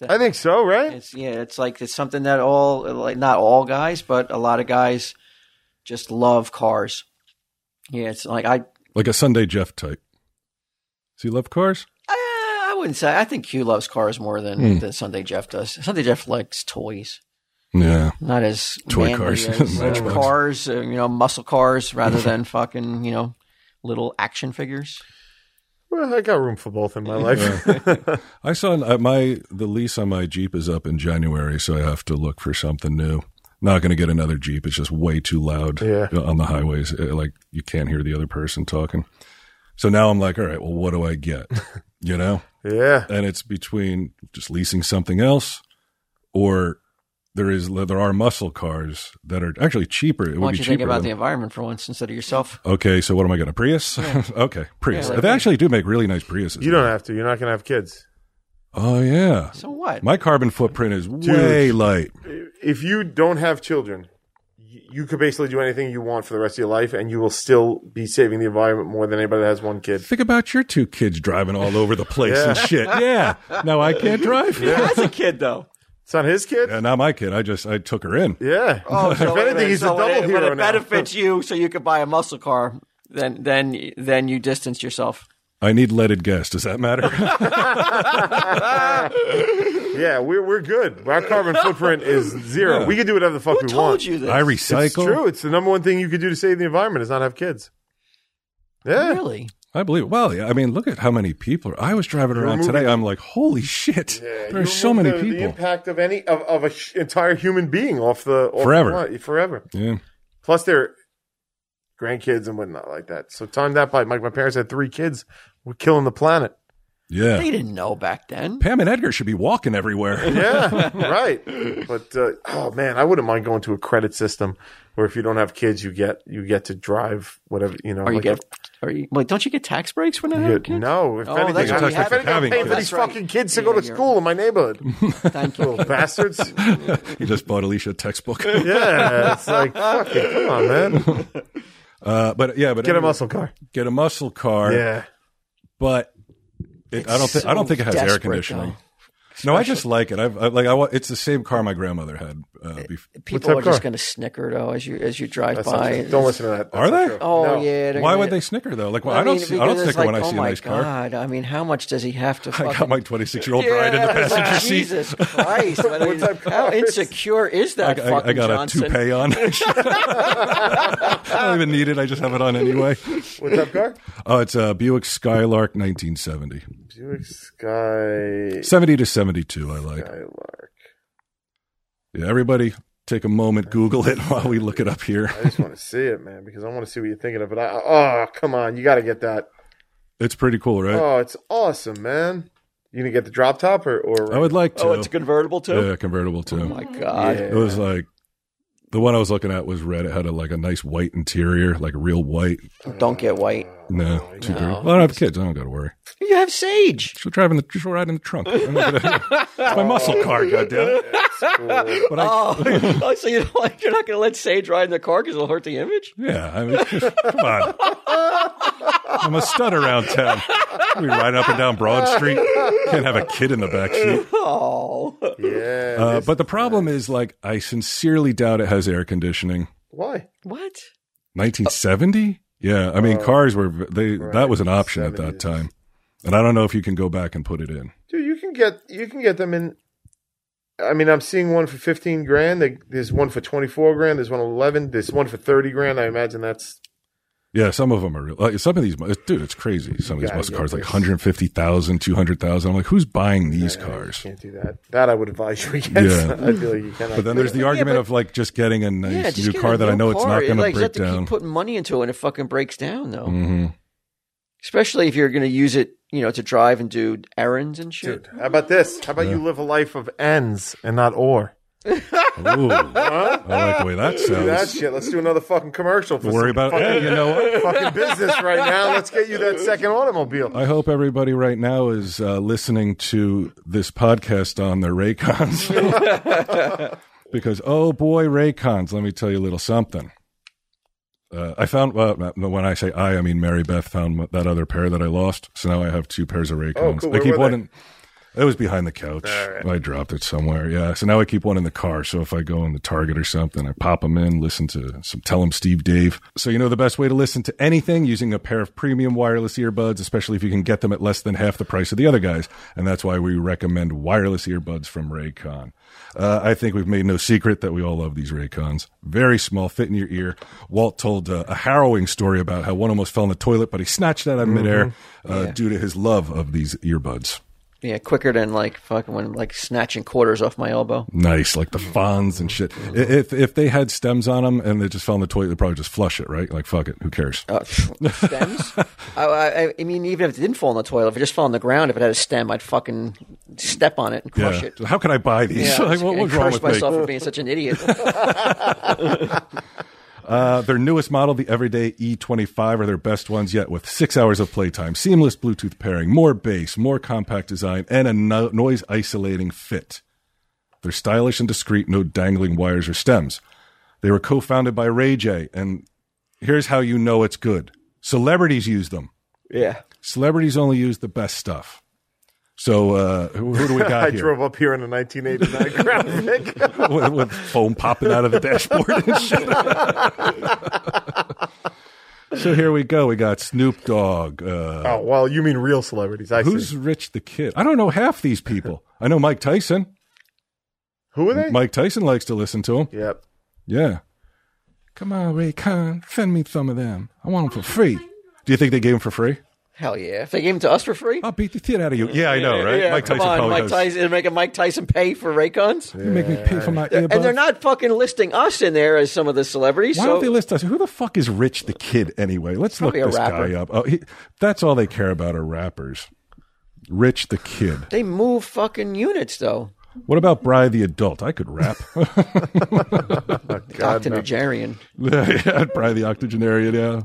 [SPEAKER 3] I think so, right?
[SPEAKER 2] It's yeah, it's like it's something that all like not all guys, but a lot of guys just love cars. Yeah, it's like I
[SPEAKER 1] Like a Sunday Jeff type. Does he love cars?
[SPEAKER 2] I, I wouldn't say I think Q loves cars more than,
[SPEAKER 1] Hmm.
[SPEAKER 2] than Sunday Jeff does. Sunday Jeff likes toys,
[SPEAKER 1] Yeah.
[SPEAKER 2] not as
[SPEAKER 1] Toy
[SPEAKER 2] manly
[SPEAKER 1] cars.
[SPEAKER 2] as, uh,
[SPEAKER 1] Matchbox.
[SPEAKER 2] cars, uh, you know, muscle cars rather than fucking you know little action figures.
[SPEAKER 3] Well, I got room for both in my life.
[SPEAKER 1] I saw uh, my the lease on my Jeep is up in January, so I have to look for something new. Not going to get another Jeep. It's just way too loud
[SPEAKER 3] Yeah.
[SPEAKER 1] on the highways. Uh, Like you can't hear the other person talking. So now I'm like, all right, well, what do I get? You know,
[SPEAKER 3] yeah,
[SPEAKER 1] and it's between just leasing something else, or there is there are muscle cars that are actually cheaper. It
[SPEAKER 2] Why
[SPEAKER 1] would
[SPEAKER 2] don't
[SPEAKER 1] be
[SPEAKER 2] you
[SPEAKER 1] cheaper.
[SPEAKER 2] think about
[SPEAKER 1] than-
[SPEAKER 2] the environment for once instead of yourself?
[SPEAKER 1] Okay, so what am I going to Prius? okay, Prius.
[SPEAKER 2] Yeah, like-
[SPEAKER 1] they actually do make really nice Priuses.
[SPEAKER 3] you don't have to. You're not gonna have kids.
[SPEAKER 1] Oh yeah,
[SPEAKER 2] So what?
[SPEAKER 1] my carbon footprint is way light.
[SPEAKER 3] If you don't have children. y- You could basically do anything you want for the rest of your life, and you will still be saving the environment more than anybody that has one kid.
[SPEAKER 1] Think about your two kids driving all over the place
[SPEAKER 3] Yeah.
[SPEAKER 1] and shit. Yeah, now I can't drive.
[SPEAKER 2] As a kid though.
[SPEAKER 3] It's not his kid.
[SPEAKER 1] Yeah, not my kid. I just I took her in.
[SPEAKER 3] Yeah.
[SPEAKER 2] Oh, so
[SPEAKER 3] if
[SPEAKER 2] wait a
[SPEAKER 3] anything,
[SPEAKER 2] minute.
[SPEAKER 3] he's
[SPEAKER 2] So
[SPEAKER 3] a
[SPEAKER 2] when
[SPEAKER 3] double
[SPEAKER 2] it,
[SPEAKER 3] hero
[SPEAKER 2] when it
[SPEAKER 3] now.
[SPEAKER 2] benefits you, so you could buy a muscle car. Then, then, then you distance yourself.
[SPEAKER 1] I need leaded gas. Does that matter?
[SPEAKER 3] Yeah, we're we're good. Our carbon footprint is zero. We can do whatever the fuck
[SPEAKER 2] Who
[SPEAKER 3] we
[SPEAKER 2] told
[SPEAKER 3] want.
[SPEAKER 2] you this?
[SPEAKER 1] I
[SPEAKER 3] It's
[SPEAKER 1] recycle.
[SPEAKER 3] true. It's the number one thing you could do to save the environment is not have kids. Yeah.
[SPEAKER 2] Really?
[SPEAKER 1] I believe. it. Well, yeah, I mean, look at how many people. Are, I was driving around
[SPEAKER 3] moving-
[SPEAKER 1] today. I'm like, holy shit!
[SPEAKER 3] Yeah, you
[SPEAKER 1] There's so
[SPEAKER 3] remove
[SPEAKER 1] many
[SPEAKER 3] the, The
[SPEAKER 1] people.
[SPEAKER 3] impact of any of, of an entire human being off the off
[SPEAKER 1] Forever.
[SPEAKER 3] the line- forever.
[SPEAKER 1] yeah,
[SPEAKER 3] Plus, they're grandkids and whatnot like that. So time that by like my parents had three kids. We're killing the planet.
[SPEAKER 1] yeah.
[SPEAKER 2] They didn't know back then.
[SPEAKER 1] Pam and Edgar should be walking everywhere.
[SPEAKER 3] Yeah, right. But uh, oh man, I wouldn't mind going to a credit system where if you don't have kids, you get you get to drive whatever you know.
[SPEAKER 2] Or you
[SPEAKER 3] like
[SPEAKER 2] get, or you, wait, don't you get tax breaks when I
[SPEAKER 3] You
[SPEAKER 2] have
[SPEAKER 3] get-
[SPEAKER 2] kids?
[SPEAKER 3] no, if
[SPEAKER 2] Oh,
[SPEAKER 3] anything,
[SPEAKER 2] that's
[SPEAKER 3] I,
[SPEAKER 2] right.
[SPEAKER 3] if
[SPEAKER 2] You have to
[SPEAKER 3] anything, I'm
[SPEAKER 1] having
[SPEAKER 3] paying for
[SPEAKER 1] kids.
[SPEAKER 3] these
[SPEAKER 2] That's right.
[SPEAKER 3] fucking kids to
[SPEAKER 2] Yeah,
[SPEAKER 3] go to
[SPEAKER 2] you're-
[SPEAKER 3] school in my neighborhood.
[SPEAKER 2] Thank you.
[SPEAKER 3] Little bastards.
[SPEAKER 1] he just bought Alicia a textbook.
[SPEAKER 3] Yeah, it's like fucking come on, man.
[SPEAKER 1] Uh, but yeah, but
[SPEAKER 3] Get a
[SPEAKER 1] anyway,
[SPEAKER 3] muscle car.
[SPEAKER 1] Get a muscle car.
[SPEAKER 3] Yeah,
[SPEAKER 1] but it, I don't think I don't
[SPEAKER 2] so
[SPEAKER 1] think it has air
[SPEAKER 2] desperate,
[SPEAKER 1] conditioning.
[SPEAKER 2] though.
[SPEAKER 1] No, I just like it. I've, I like I wa- it's the same car my grandmother had. Uh, bef-
[SPEAKER 2] People
[SPEAKER 3] up,
[SPEAKER 2] are just
[SPEAKER 3] Carl?
[SPEAKER 2] going to snicker though as you as you drive
[SPEAKER 3] that's
[SPEAKER 2] by.
[SPEAKER 3] not, don't listen to that. That's
[SPEAKER 1] Are
[SPEAKER 3] not
[SPEAKER 1] they?
[SPEAKER 3] true.
[SPEAKER 2] Oh
[SPEAKER 3] No.
[SPEAKER 2] yeah. they're
[SPEAKER 1] Why
[SPEAKER 2] gonna-
[SPEAKER 1] would they snicker though? Like well, I,
[SPEAKER 2] mean,
[SPEAKER 1] don't see, I don't
[SPEAKER 2] because it's
[SPEAKER 1] snicker when
[SPEAKER 2] like,
[SPEAKER 1] I
[SPEAKER 2] oh
[SPEAKER 1] see a
[SPEAKER 2] my
[SPEAKER 1] nice car.
[SPEAKER 2] God, I mean, how much does he have to?
[SPEAKER 1] I got
[SPEAKER 2] fucking-
[SPEAKER 1] my 26 year old bride in the
[SPEAKER 2] Yeah, it's like,
[SPEAKER 1] passenger seat.
[SPEAKER 2] Jesus Christ! I mean,
[SPEAKER 3] type
[SPEAKER 2] how
[SPEAKER 3] cars?
[SPEAKER 2] insecure is
[SPEAKER 1] I,
[SPEAKER 2] that
[SPEAKER 1] I,
[SPEAKER 2] fucking
[SPEAKER 1] I got
[SPEAKER 2] Johnson?
[SPEAKER 1] a toupee on. I don't even need it. I just have it on anyway.
[SPEAKER 3] What's up, car?
[SPEAKER 1] Oh, it's a Buick Skylark 1970.
[SPEAKER 3] Buick Sky
[SPEAKER 1] 70 to 72, I like.
[SPEAKER 3] Skylark.
[SPEAKER 1] Yeah, everybody take a moment, Google it while we look it up here.
[SPEAKER 3] I just want to see it, man, because I want to see what you're thinking of. But I, oh, come on, you got to get that.
[SPEAKER 1] It's pretty cool, right?
[SPEAKER 3] Oh, it's awesome, man. You gonna get the drop top or or
[SPEAKER 1] I would like to.
[SPEAKER 2] Oh, it's a convertible too.
[SPEAKER 1] yeah, convertible too.
[SPEAKER 2] Oh my God!
[SPEAKER 1] It was like the one I was looking at was red. It had a, like a nice white interior, like real white.
[SPEAKER 2] Don't get white.
[SPEAKER 1] No,
[SPEAKER 2] Oh,
[SPEAKER 1] too dirty. Well, I don't have kids. I don't got to worry.
[SPEAKER 2] You have sage.
[SPEAKER 1] She'll drive in the she'll ride in the trunk. I'm not gonna- it's my muscle car, goddammit.
[SPEAKER 3] Cool.
[SPEAKER 1] But I,
[SPEAKER 2] Oh, oh, so you don't like, you're not going to let Sage ride in the car because it'll hurt the image?
[SPEAKER 1] yeah, I mean, come on. I'm a stud around town. We ride up and down Broad Street. Can't have a kid in the back seat.
[SPEAKER 2] Oh,
[SPEAKER 3] yeah.
[SPEAKER 1] Uh,
[SPEAKER 3] this-
[SPEAKER 1] but the problem is, like, I sincerely doubt it has air conditioning.
[SPEAKER 3] why?
[SPEAKER 2] what?
[SPEAKER 1] 1970 yeah i mean cars were they that was an option at that
[SPEAKER 3] 70s.
[SPEAKER 1] time and i don't know if you can go back and put it in
[SPEAKER 3] Dude, you can get you can get them in. I mean, I'm seeing one for fifteen grand. They- There's one for twenty four grand. There's one eleven. There's one for thirty grand. I imagine that's
[SPEAKER 1] yeah some of them are real like some of these mu- dude it's crazy some of these
[SPEAKER 3] gotta
[SPEAKER 1] muscle
[SPEAKER 3] get
[SPEAKER 1] cars like
[SPEAKER 3] this.
[SPEAKER 1] 150000 200000 i'm like who's buying these cars
[SPEAKER 3] you can't do that. That I would advise you against.
[SPEAKER 1] Yeah.
[SPEAKER 3] I feel like you cannot.
[SPEAKER 1] but then there's the argument of like just getting a nice
[SPEAKER 2] Yeah, just
[SPEAKER 1] new
[SPEAKER 2] get
[SPEAKER 1] car
[SPEAKER 2] a
[SPEAKER 1] that i
[SPEAKER 2] new
[SPEAKER 1] know it's not
[SPEAKER 2] car.
[SPEAKER 1] going
[SPEAKER 2] like,
[SPEAKER 1] to
[SPEAKER 2] You
[SPEAKER 1] break
[SPEAKER 2] have to keep
[SPEAKER 1] down
[SPEAKER 2] putting money into it and it fucking breaks down, though.
[SPEAKER 1] hmm
[SPEAKER 2] Especially if you're going to use it, you know, to drive and do errands and shit.
[SPEAKER 3] Dude, how about this? How about you live a life of ends and not or?
[SPEAKER 1] Ooh. i like the way that
[SPEAKER 3] Do that
[SPEAKER 1] sounds
[SPEAKER 3] shit. Let's do another fucking commercial. For
[SPEAKER 1] Don't worry
[SPEAKER 3] some
[SPEAKER 1] about it Hey, you know what
[SPEAKER 3] fucking business right now. Let's get you that second automobile.
[SPEAKER 1] I hope everybody right now is uh, listening to this podcast on their Raycons. because, oh boy, Raycons, let me tell you a little something. Uh, I found, well, when I say I, I mean Mary Beth found that other pair that I lost. So now I have two pairs of Raycons.
[SPEAKER 3] Oh, cool.
[SPEAKER 1] I
[SPEAKER 3] Where
[SPEAKER 1] keep
[SPEAKER 3] were
[SPEAKER 1] one
[SPEAKER 3] they?
[SPEAKER 1] in, it was behind the couch. I dropped it somewhere. Yeah. So now I keep one in the car. So if I go into Target or something, I pop them in, listen to some Tell 'em Steve Dave. So you know the best way to listen to anything using a pair of premium wireless earbuds, especially if you can get them at less than half the price of the other guys. And that's why we recommend wireless earbuds from Raycon. Uh, I think we've made no secret that we all love these Raycons. Very small, fit in your ear. Walt told uh, a harrowing story about how one almost fell in the toilet, but he snatched it out of midair uh, due to his love of these earbuds.
[SPEAKER 2] Yeah, quicker than like fucking when like snatching quarters off my elbow.
[SPEAKER 1] Nice, like the fawns and shit. I- If if they had stems on them and they just fell in the toilet, they'd probably just flush it, right? Like fuck it, who cares?
[SPEAKER 2] Uh, stems? I, I, I mean, even if it didn't fall in the toilet, if it just fell on the ground, if it had a stem, I'd fucking step on it and crush it.
[SPEAKER 1] How can I buy these?
[SPEAKER 2] Yeah,
[SPEAKER 1] like, what,
[SPEAKER 2] and
[SPEAKER 1] what's wrong
[SPEAKER 2] crush
[SPEAKER 1] with
[SPEAKER 2] myself
[SPEAKER 1] me?
[SPEAKER 2] for being such an idiot.
[SPEAKER 1] Uh, their newest model, the Everyday E25, are their best ones yet, with six hours of playtime, seamless Bluetooth pairing, more bass, more compact design, and a no- noise isolating fit. They're stylish and discreet, no dangling wires or stems. They were co-founded by Ray J, and here's how you know it's good: celebrities use them.
[SPEAKER 2] yeah.
[SPEAKER 1] celebrities only use the best stuff. So uh, who, who do we
[SPEAKER 3] I
[SPEAKER 1] got here?
[SPEAKER 3] drove up here in a 1989 Crown Vic.
[SPEAKER 1] with, with foam popping out of the dashboard and shit. so here we go. We got Snoop Dogg. Uh,
[SPEAKER 3] Oh, well, you mean real celebrities. I
[SPEAKER 1] who's
[SPEAKER 3] see.
[SPEAKER 1] Rich the Kid? I don't know half these people. I know Mike Tyson.
[SPEAKER 3] Who are they?
[SPEAKER 1] Mike Tyson likes to listen to him.
[SPEAKER 3] Yep.
[SPEAKER 1] Yeah. Come on, Ray Khan, send me some of them. I want them for free. Do you think they gave them for free?
[SPEAKER 2] Hell yeah! If they gave him to us for free,
[SPEAKER 1] I'll beat the shit out of you. Yeah, I know, Oh, right?
[SPEAKER 2] Yeah,
[SPEAKER 1] Mike Tyson
[SPEAKER 2] come on,
[SPEAKER 1] probably
[SPEAKER 2] Mike
[SPEAKER 1] does.
[SPEAKER 2] Tyson, they're making Mike Tyson pay for Raycons,
[SPEAKER 1] You make me pay for my earbuds.
[SPEAKER 2] and they're not fucking listing us in there as some of the celebrities.
[SPEAKER 1] Why
[SPEAKER 2] so
[SPEAKER 1] don't they list us? Who the fuck is Rich the Kid anyway? Let's look
[SPEAKER 2] Probably a
[SPEAKER 1] this
[SPEAKER 2] rapper.
[SPEAKER 1] guy up. Oh, he, that's all they care about are rappers. Rich the Kid.
[SPEAKER 2] they move fucking units though.
[SPEAKER 1] What about Bry the Adult? I could rap.
[SPEAKER 2] Octogenarian.
[SPEAKER 1] yeah, Bry the Octogenarian. Yeah,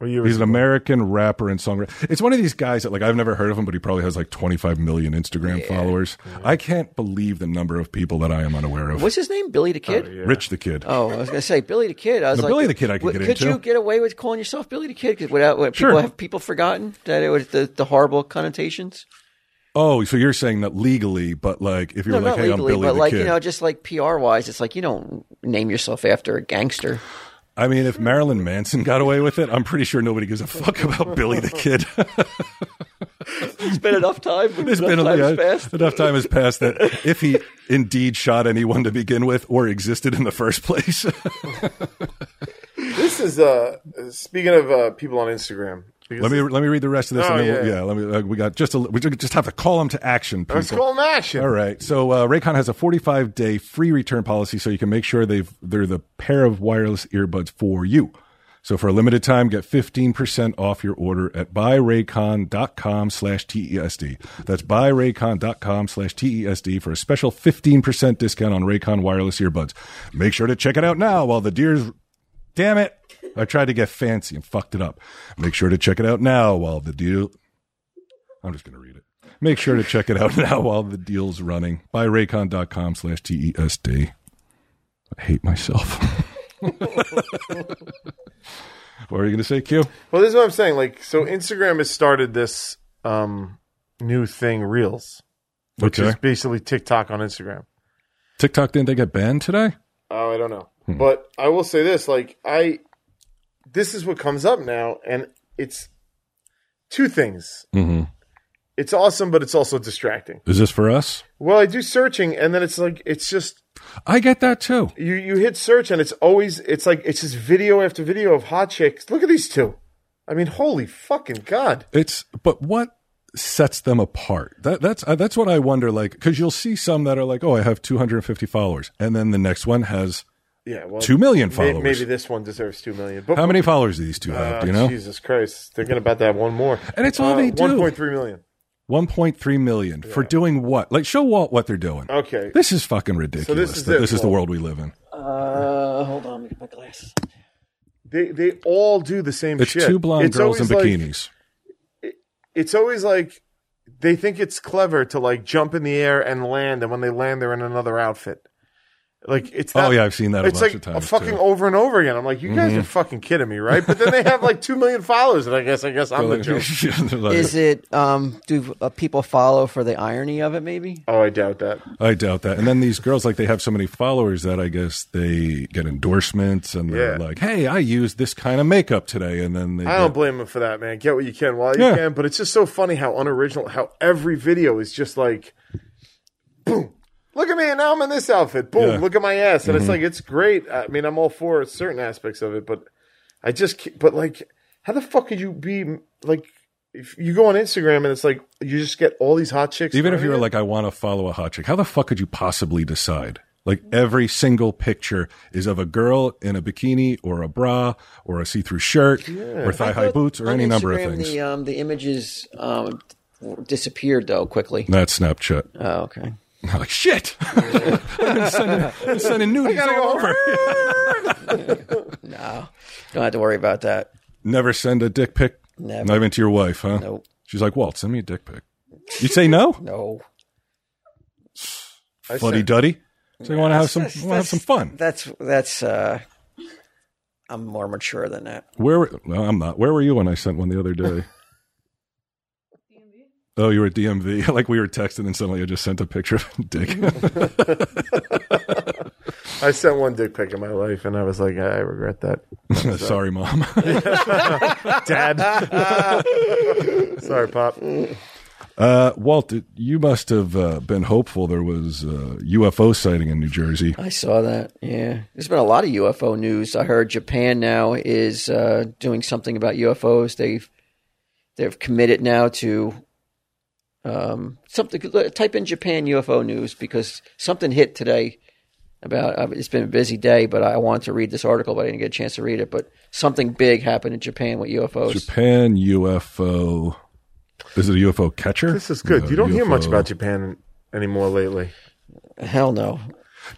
[SPEAKER 3] Well, you
[SPEAKER 1] he's an American rapper and songwriter. It's one of these guys that like I've never heard of him, but he probably has like 25 million Instagram followers. I can't believe the number of people that I am unaware of.
[SPEAKER 2] What's his name? Billy
[SPEAKER 1] Oh,
[SPEAKER 2] the Kid.
[SPEAKER 1] Rich the Kid.
[SPEAKER 2] Oh, I was gonna say Billy the Kid. I was
[SPEAKER 1] No,
[SPEAKER 2] like,
[SPEAKER 1] Billy the Kid I could
[SPEAKER 2] w-
[SPEAKER 1] get
[SPEAKER 2] Could
[SPEAKER 1] into.
[SPEAKER 2] you get away with calling yourself Billy the Kid? 'Cause without what,
[SPEAKER 1] Sure.
[SPEAKER 2] people have people forgotten that it was the, the horrible connotations.
[SPEAKER 1] Oh, so you're saying that legally, but like if you were
[SPEAKER 2] no,
[SPEAKER 1] like,
[SPEAKER 2] not
[SPEAKER 1] hey,
[SPEAKER 2] legally,
[SPEAKER 1] I'm Billy
[SPEAKER 2] but
[SPEAKER 1] the
[SPEAKER 2] like
[SPEAKER 1] Kid.
[SPEAKER 2] you know, just like PR wise, it's like you don't name yourself after a gangster.
[SPEAKER 1] I mean, if Marilyn Manson got away with it, I'm pretty sure nobody gives a fuck about Billy the Kid.
[SPEAKER 2] It's been enough time.
[SPEAKER 1] There's been
[SPEAKER 2] enough
[SPEAKER 1] yeah,
[SPEAKER 2] time passed.
[SPEAKER 1] enough time has passed that if he indeed shot anyone to begin with or existed in the first place,
[SPEAKER 3] This is uh speaking of uh, people on Instagram. because-
[SPEAKER 1] let me let me read the rest of this.
[SPEAKER 3] Oh,
[SPEAKER 1] and then we'll-
[SPEAKER 3] yeah.
[SPEAKER 1] yeah, let me. Uh, we got just a, li- we ju- just have to call him to action. People.
[SPEAKER 3] let's call Nash.
[SPEAKER 1] All right. So uh, Raycon has a 45 day free return policy, so you can make sure they've they're the pair of wireless earbuds for you. So for a limited time, get 15% off your order at buyraycon.com slash TESD. That's buyraycon.com slash TESD for a special 15% discount on Raycon wireless earbuds. Make sure to check it out now while the deer's Damn it. I tried to get fancy and fucked it up. Make sure to check it out now while the deal. I'm just going to read it. Make sure to check it out now while the deal's running. Buy raycon.com slash TESD. I hate myself. what are you going to say, Q?
[SPEAKER 3] Well, this is what I'm saying. Like, so Instagram has started this um new thing, Reels, which
[SPEAKER 1] Okay.
[SPEAKER 3] is basically TikTok on Instagram.
[SPEAKER 1] TikTok, didn't they get banned today?
[SPEAKER 3] Oh, I don't know. But I will say this: like, I this is what comes up now, and it's two things.
[SPEAKER 1] Mm-hmm.
[SPEAKER 3] It's awesome, but it's also distracting.
[SPEAKER 1] Is this for us?
[SPEAKER 3] Well, I do searching, and then it's like it's just
[SPEAKER 1] I get that too.
[SPEAKER 3] you you hit search and it's always it's like it's just video after video of hot chicks. Look at these two. I mean, holy fucking god!
[SPEAKER 1] It's but what sets them apart? That, that's uh, that's what I wonder. Like, because you'll see some that are like, "Oh, I have 250 followers," and then the next one has
[SPEAKER 3] Yeah, well,
[SPEAKER 1] two million
[SPEAKER 3] may-
[SPEAKER 1] followers.
[SPEAKER 3] maybe, this one deserves two million. But
[SPEAKER 1] How many followers do these two have?
[SPEAKER 3] Ah,
[SPEAKER 1] Do you know?
[SPEAKER 3] Jesus Christ, thinking about that one more. Uh,
[SPEAKER 1] And it's all they do.
[SPEAKER 3] One point three million.
[SPEAKER 1] 1.3 million for doing what? Like, show Walt what they're doing.
[SPEAKER 3] Okay,
[SPEAKER 1] This is fucking ridiculous.
[SPEAKER 3] is
[SPEAKER 1] that
[SPEAKER 3] it,
[SPEAKER 1] this is the
[SPEAKER 3] Walt.
[SPEAKER 1] world we live in.
[SPEAKER 2] Uh, hold on, let me get my glass.
[SPEAKER 3] they they all do the same
[SPEAKER 1] It's
[SPEAKER 3] shit.
[SPEAKER 1] two blonde girls in
[SPEAKER 3] always like-
[SPEAKER 1] bikinis.
[SPEAKER 3] it's always like they think it's clever to like jump in the air and land, and when they land, they're in another outfit. Like it's
[SPEAKER 1] Oh,
[SPEAKER 3] not-
[SPEAKER 1] yeah, I've seen that a
[SPEAKER 3] It's
[SPEAKER 1] bunch
[SPEAKER 3] like
[SPEAKER 1] of times,
[SPEAKER 3] fucking
[SPEAKER 1] too. Mm-hmm.
[SPEAKER 3] over and over again. I'm like, you guys are fucking kidding me, right? But then they have like two million followers, and I guess I guess I'm the joke.
[SPEAKER 1] Like,
[SPEAKER 2] Is it? Um, do uh, people follow for the irony of it? Maybe.
[SPEAKER 3] Oh, I doubt that.
[SPEAKER 1] I doubt that. And then these girls, like, they have so many followers that I guess they get endorsements and they're
[SPEAKER 3] Yeah.
[SPEAKER 1] like, hey, I used this kind of makeup today. And then they.
[SPEAKER 3] I don't blame them for that, man. Get what you can while you
[SPEAKER 1] Yeah.
[SPEAKER 3] can, but it's just so funny how unoriginal, how every video is just like, boom. Look at me, and now I'm in this outfit. Boom!
[SPEAKER 1] Yeah. Mm-hmm.
[SPEAKER 3] Look at my ass, and it's like it's great. I mean, I'm all for certain aspects of it, but I just, ca- but like, how the fuck could you be like? If you go on Instagram and it's like you just get all these hot chicks,
[SPEAKER 1] even if
[SPEAKER 3] running
[SPEAKER 1] you were
[SPEAKER 3] it?
[SPEAKER 1] like, I want to follow a hot chick, how the fuck could you possibly decide? Like, every single picture is of a girl in a bikini or a bra or a see through shirt or thigh high boots or
[SPEAKER 2] On
[SPEAKER 1] any number of
[SPEAKER 2] Instagram,
[SPEAKER 1] things.
[SPEAKER 2] The, um, the images um, disappeared though quickly.
[SPEAKER 1] That's Snapchat.
[SPEAKER 2] Oh, okay.
[SPEAKER 1] I'm like, shit. I've been sending, I've been sending nudies
[SPEAKER 3] gotta
[SPEAKER 1] all
[SPEAKER 3] go.
[SPEAKER 1] over.
[SPEAKER 2] No, don't have to worry about that.
[SPEAKER 1] Never send a dick pic.
[SPEAKER 2] Never.
[SPEAKER 1] Not even to your wife, huh?
[SPEAKER 2] Nope.
[SPEAKER 1] She's like, Walt, send me a dick pic. You say no?
[SPEAKER 2] No.
[SPEAKER 3] I
[SPEAKER 1] Fuddy
[SPEAKER 3] sent-
[SPEAKER 1] duddy. So you want to have some,
[SPEAKER 2] That's-
[SPEAKER 1] want to have some fun.
[SPEAKER 2] That's that's. uh I'm more mature than that.
[SPEAKER 1] Where? Were, no, I'm not. Where were you when I sent one the other day? Oh, you were at DMV. Like we were texting, and suddenly I just sent a picture of a dick.
[SPEAKER 3] I sent one dick pic in my life, and I was like, I regret that.
[SPEAKER 1] Sorry, mom.
[SPEAKER 3] Dad, sorry, pop.
[SPEAKER 1] Uh, Walt, you must have uh, been hopeful there was uh, UFO sighting in New Jersey.
[SPEAKER 2] I saw that. Yeah, there's been a lot of UFO news. I heard Japan now is uh, doing something about UFOs. They've They've committed now to um, something. Type in Japan UFO news because something hit today about. uh, It's been a busy day, but I wanted to read this article, but I didn't get a chance to read it. But something big happened in Japan with UFOs.
[SPEAKER 1] Japan UFO. Is it a UFO catcher?
[SPEAKER 3] This is good.
[SPEAKER 1] No,
[SPEAKER 3] you don't hear much
[SPEAKER 1] UFO.
[SPEAKER 3] about Japan anymore lately.
[SPEAKER 2] Hell no.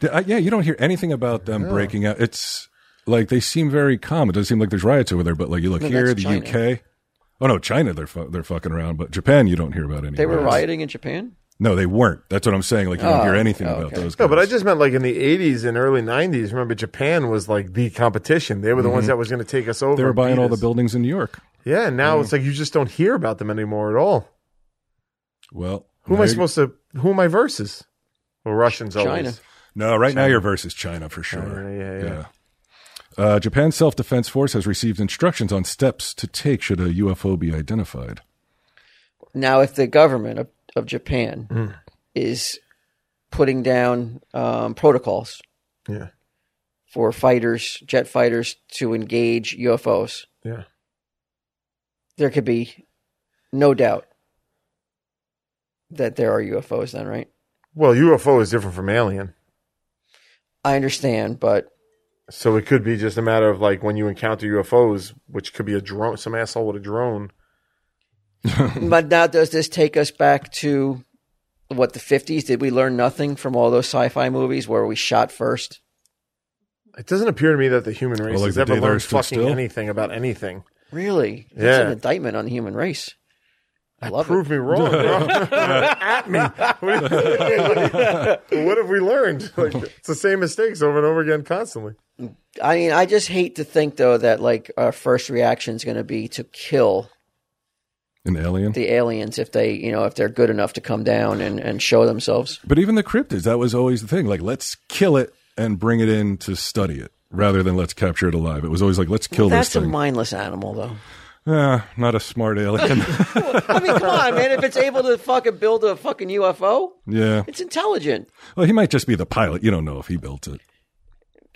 [SPEAKER 1] D- uh, yeah, you don't hear anything about them breaking out. It's like they seem very calm. It doesn't seem like there's riots over there. But like you look
[SPEAKER 2] No,
[SPEAKER 1] here,
[SPEAKER 2] that's
[SPEAKER 1] the
[SPEAKER 2] China.
[SPEAKER 1] UK. Oh no, China they're fu- they're fucking around, but Japan you don't hear about any.
[SPEAKER 2] They were
[SPEAKER 1] riots.
[SPEAKER 2] rioting in Japan.
[SPEAKER 1] No, they weren't. That's what I'm saying. Like you don't
[SPEAKER 2] Oh,
[SPEAKER 1] hear anything
[SPEAKER 2] oh,
[SPEAKER 1] about
[SPEAKER 2] okay.
[SPEAKER 1] those. Guys.
[SPEAKER 3] No, but I just meant like in the 80s and early 90s. Remember, Japan was like the competition. They were the ones that was going to take us over.
[SPEAKER 1] Mm-hmm. they were
[SPEAKER 3] and
[SPEAKER 1] buying
[SPEAKER 3] beat
[SPEAKER 1] all the
[SPEAKER 3] us.
[SPEAKER 1] buildings in New York.
[SPEAKER 3] Yeah, and now it's like you just don't hear about them anymore at all.
[SPEAKER 1] Well,
[SPEAKER 3] Who am
[SPEAKER 1] now
[SPEAKER 3] I
[SPEAKER 1] you-
[SPEAKER 3] supposed to? Who am I versus? Well, Russians
[SPEAKER 2] China.
[SPEAKER 3] always.
[SPEAKER 1] No, right now you're versus China for sure.
[SPEAKER 3] China, yeah, yeah.
[SPEAKER 1] Uh, Japan's Self Defense Force has received instructions on steps to take should a UFO be identified.
[SPEAKER 2] Now, if the government of, of Japan
[SPEAKER 3] Mm,
[SPEAKER 2] is putting down um, protocols
[SPEAKER 3] Yeah,
[SPEAKER 2] for fighters, jet fighters, to engage UFOs,
[SPEAKER 3] yeah.
[SPEAKER 2] there could be no doubt that there are UFOs. Then, right?
[SPEAKER 3] Well, UFO is different from alien,
[SPEAKER 2] I understand, but
[SPEAKER 3] so it could be just a matter of like when you encounter UFOs, which could be a drone, some asshole with a drone.
[SPEAKER 2] but now does this take us back to what the fifties? Did we learn nothing from all those sci-fi movies where we shot first?
[SPEAKER 3] It doesn't appear to me that the human race
[SPEAKER 1] like
[SPEAKER 3] has
[SPEAKER 1] the
[SPEAKER 3] ever
[SPEAKER 1] day there
[SPEAKER 3] learned
[SPEAKER 1] stood
[SPEAKER 3] fucking
[SPEAKER 1] still?
[SPEAKER 3] anything about anything.
[SPEAKER 2] Really? That's
[SPEAKER 3] Yeah.
[SPEAKER 2] an indictment on the human race. I love it.
[SPEAKER 3] Prove me wrong, bro. At me. What do you- what have we learned? Like, it's the same mistakes over and over again constantly.
[SPEAKER 2] I mean, I just hate to think though that like our first reaction is going to be to kill
[SPEAKER 1] An alien?
[SPEAKER 2] the aliens if they, you know, if they're good enough to come down and, and show themselves.
[SPEAKER 1] But even the cryptids, that was always the thing. Like, let's kill it and bring it in to study it rather than let's capture it alive. It was always like, let's kill
[SPEAKER 2] That's
[SPEAKER 1] this
[SPEAKER 2] a
[SPEAKER 1] thing.
[SPEAKER 2] mindless animal, though.
[SPEAKER 1] Ah, not a smart alien.
[SPEAKER 2] I mean, come on, man! If it's able to fucking build a fucking UFO,
[SPEAKER 1] yeah.
[SPEAKER 2] it's intelligent.
[SPEAKER 1] Well, he might just be the pilot. You don't know if he built it.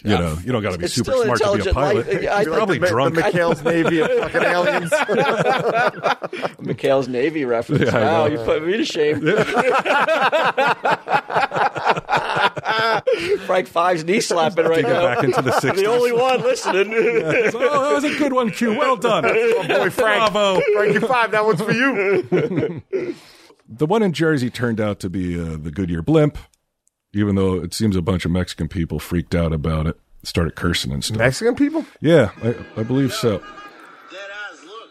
[SPEAKER 1] You
[SPEAKER 2] Yeah.
[SPEAKER 1] know, you don't got to be
[SPEAKER 2] It's
[SPEAKER 1] super
[SPEAKER 2] still
[SPEAKER 1] smart to be a
[SPEAKER 2] intelligent
[SPEAKER 1] pilot.
[SPEAKER 2] life. I
[SPEAKER 1] You're
[SPEAKER 2] think
[SPEAKER 1] probably
[SPEAKER 3] the, Ma-
[SPEAKER 1] drunk.
[SPEAKER 3] The McHale's Navy of fucking aliens.
[SPEAKER 2] Mikhail's Navy reference.
[SPEAKER 1] Yeah, I
[SPEAKER 2] wow,
[SPEAKER 1] know.
[SPEAKER 2] you put me to shame. Frank Five's knee slapping right
[SPEAKER 1] Dig it
[SPEAKER 2] now.
[SPEAKER 1] back into the 60s.
[SPEAKER 2] The only one listening.
[SPEAKER 1] oh, that was a good one, Q. Well done.
[SPEAKER 3] Oh, Boy, Frank.
[SPEAKER 1] Bravo.
[SPEAKER 3] Frankie Five, that one's for you.
[SPEAKER 1] The one in Jersey turned out to be uh, the Goodyear blimp, even though it seems a bunch of Mexican people freaked out about it, started cursing and stuff.
[SPEAKER 3] Mexican people?
[SPEAKER 1] yeah, I, I believe so.
[SPEAKER 4] Dead eyes look.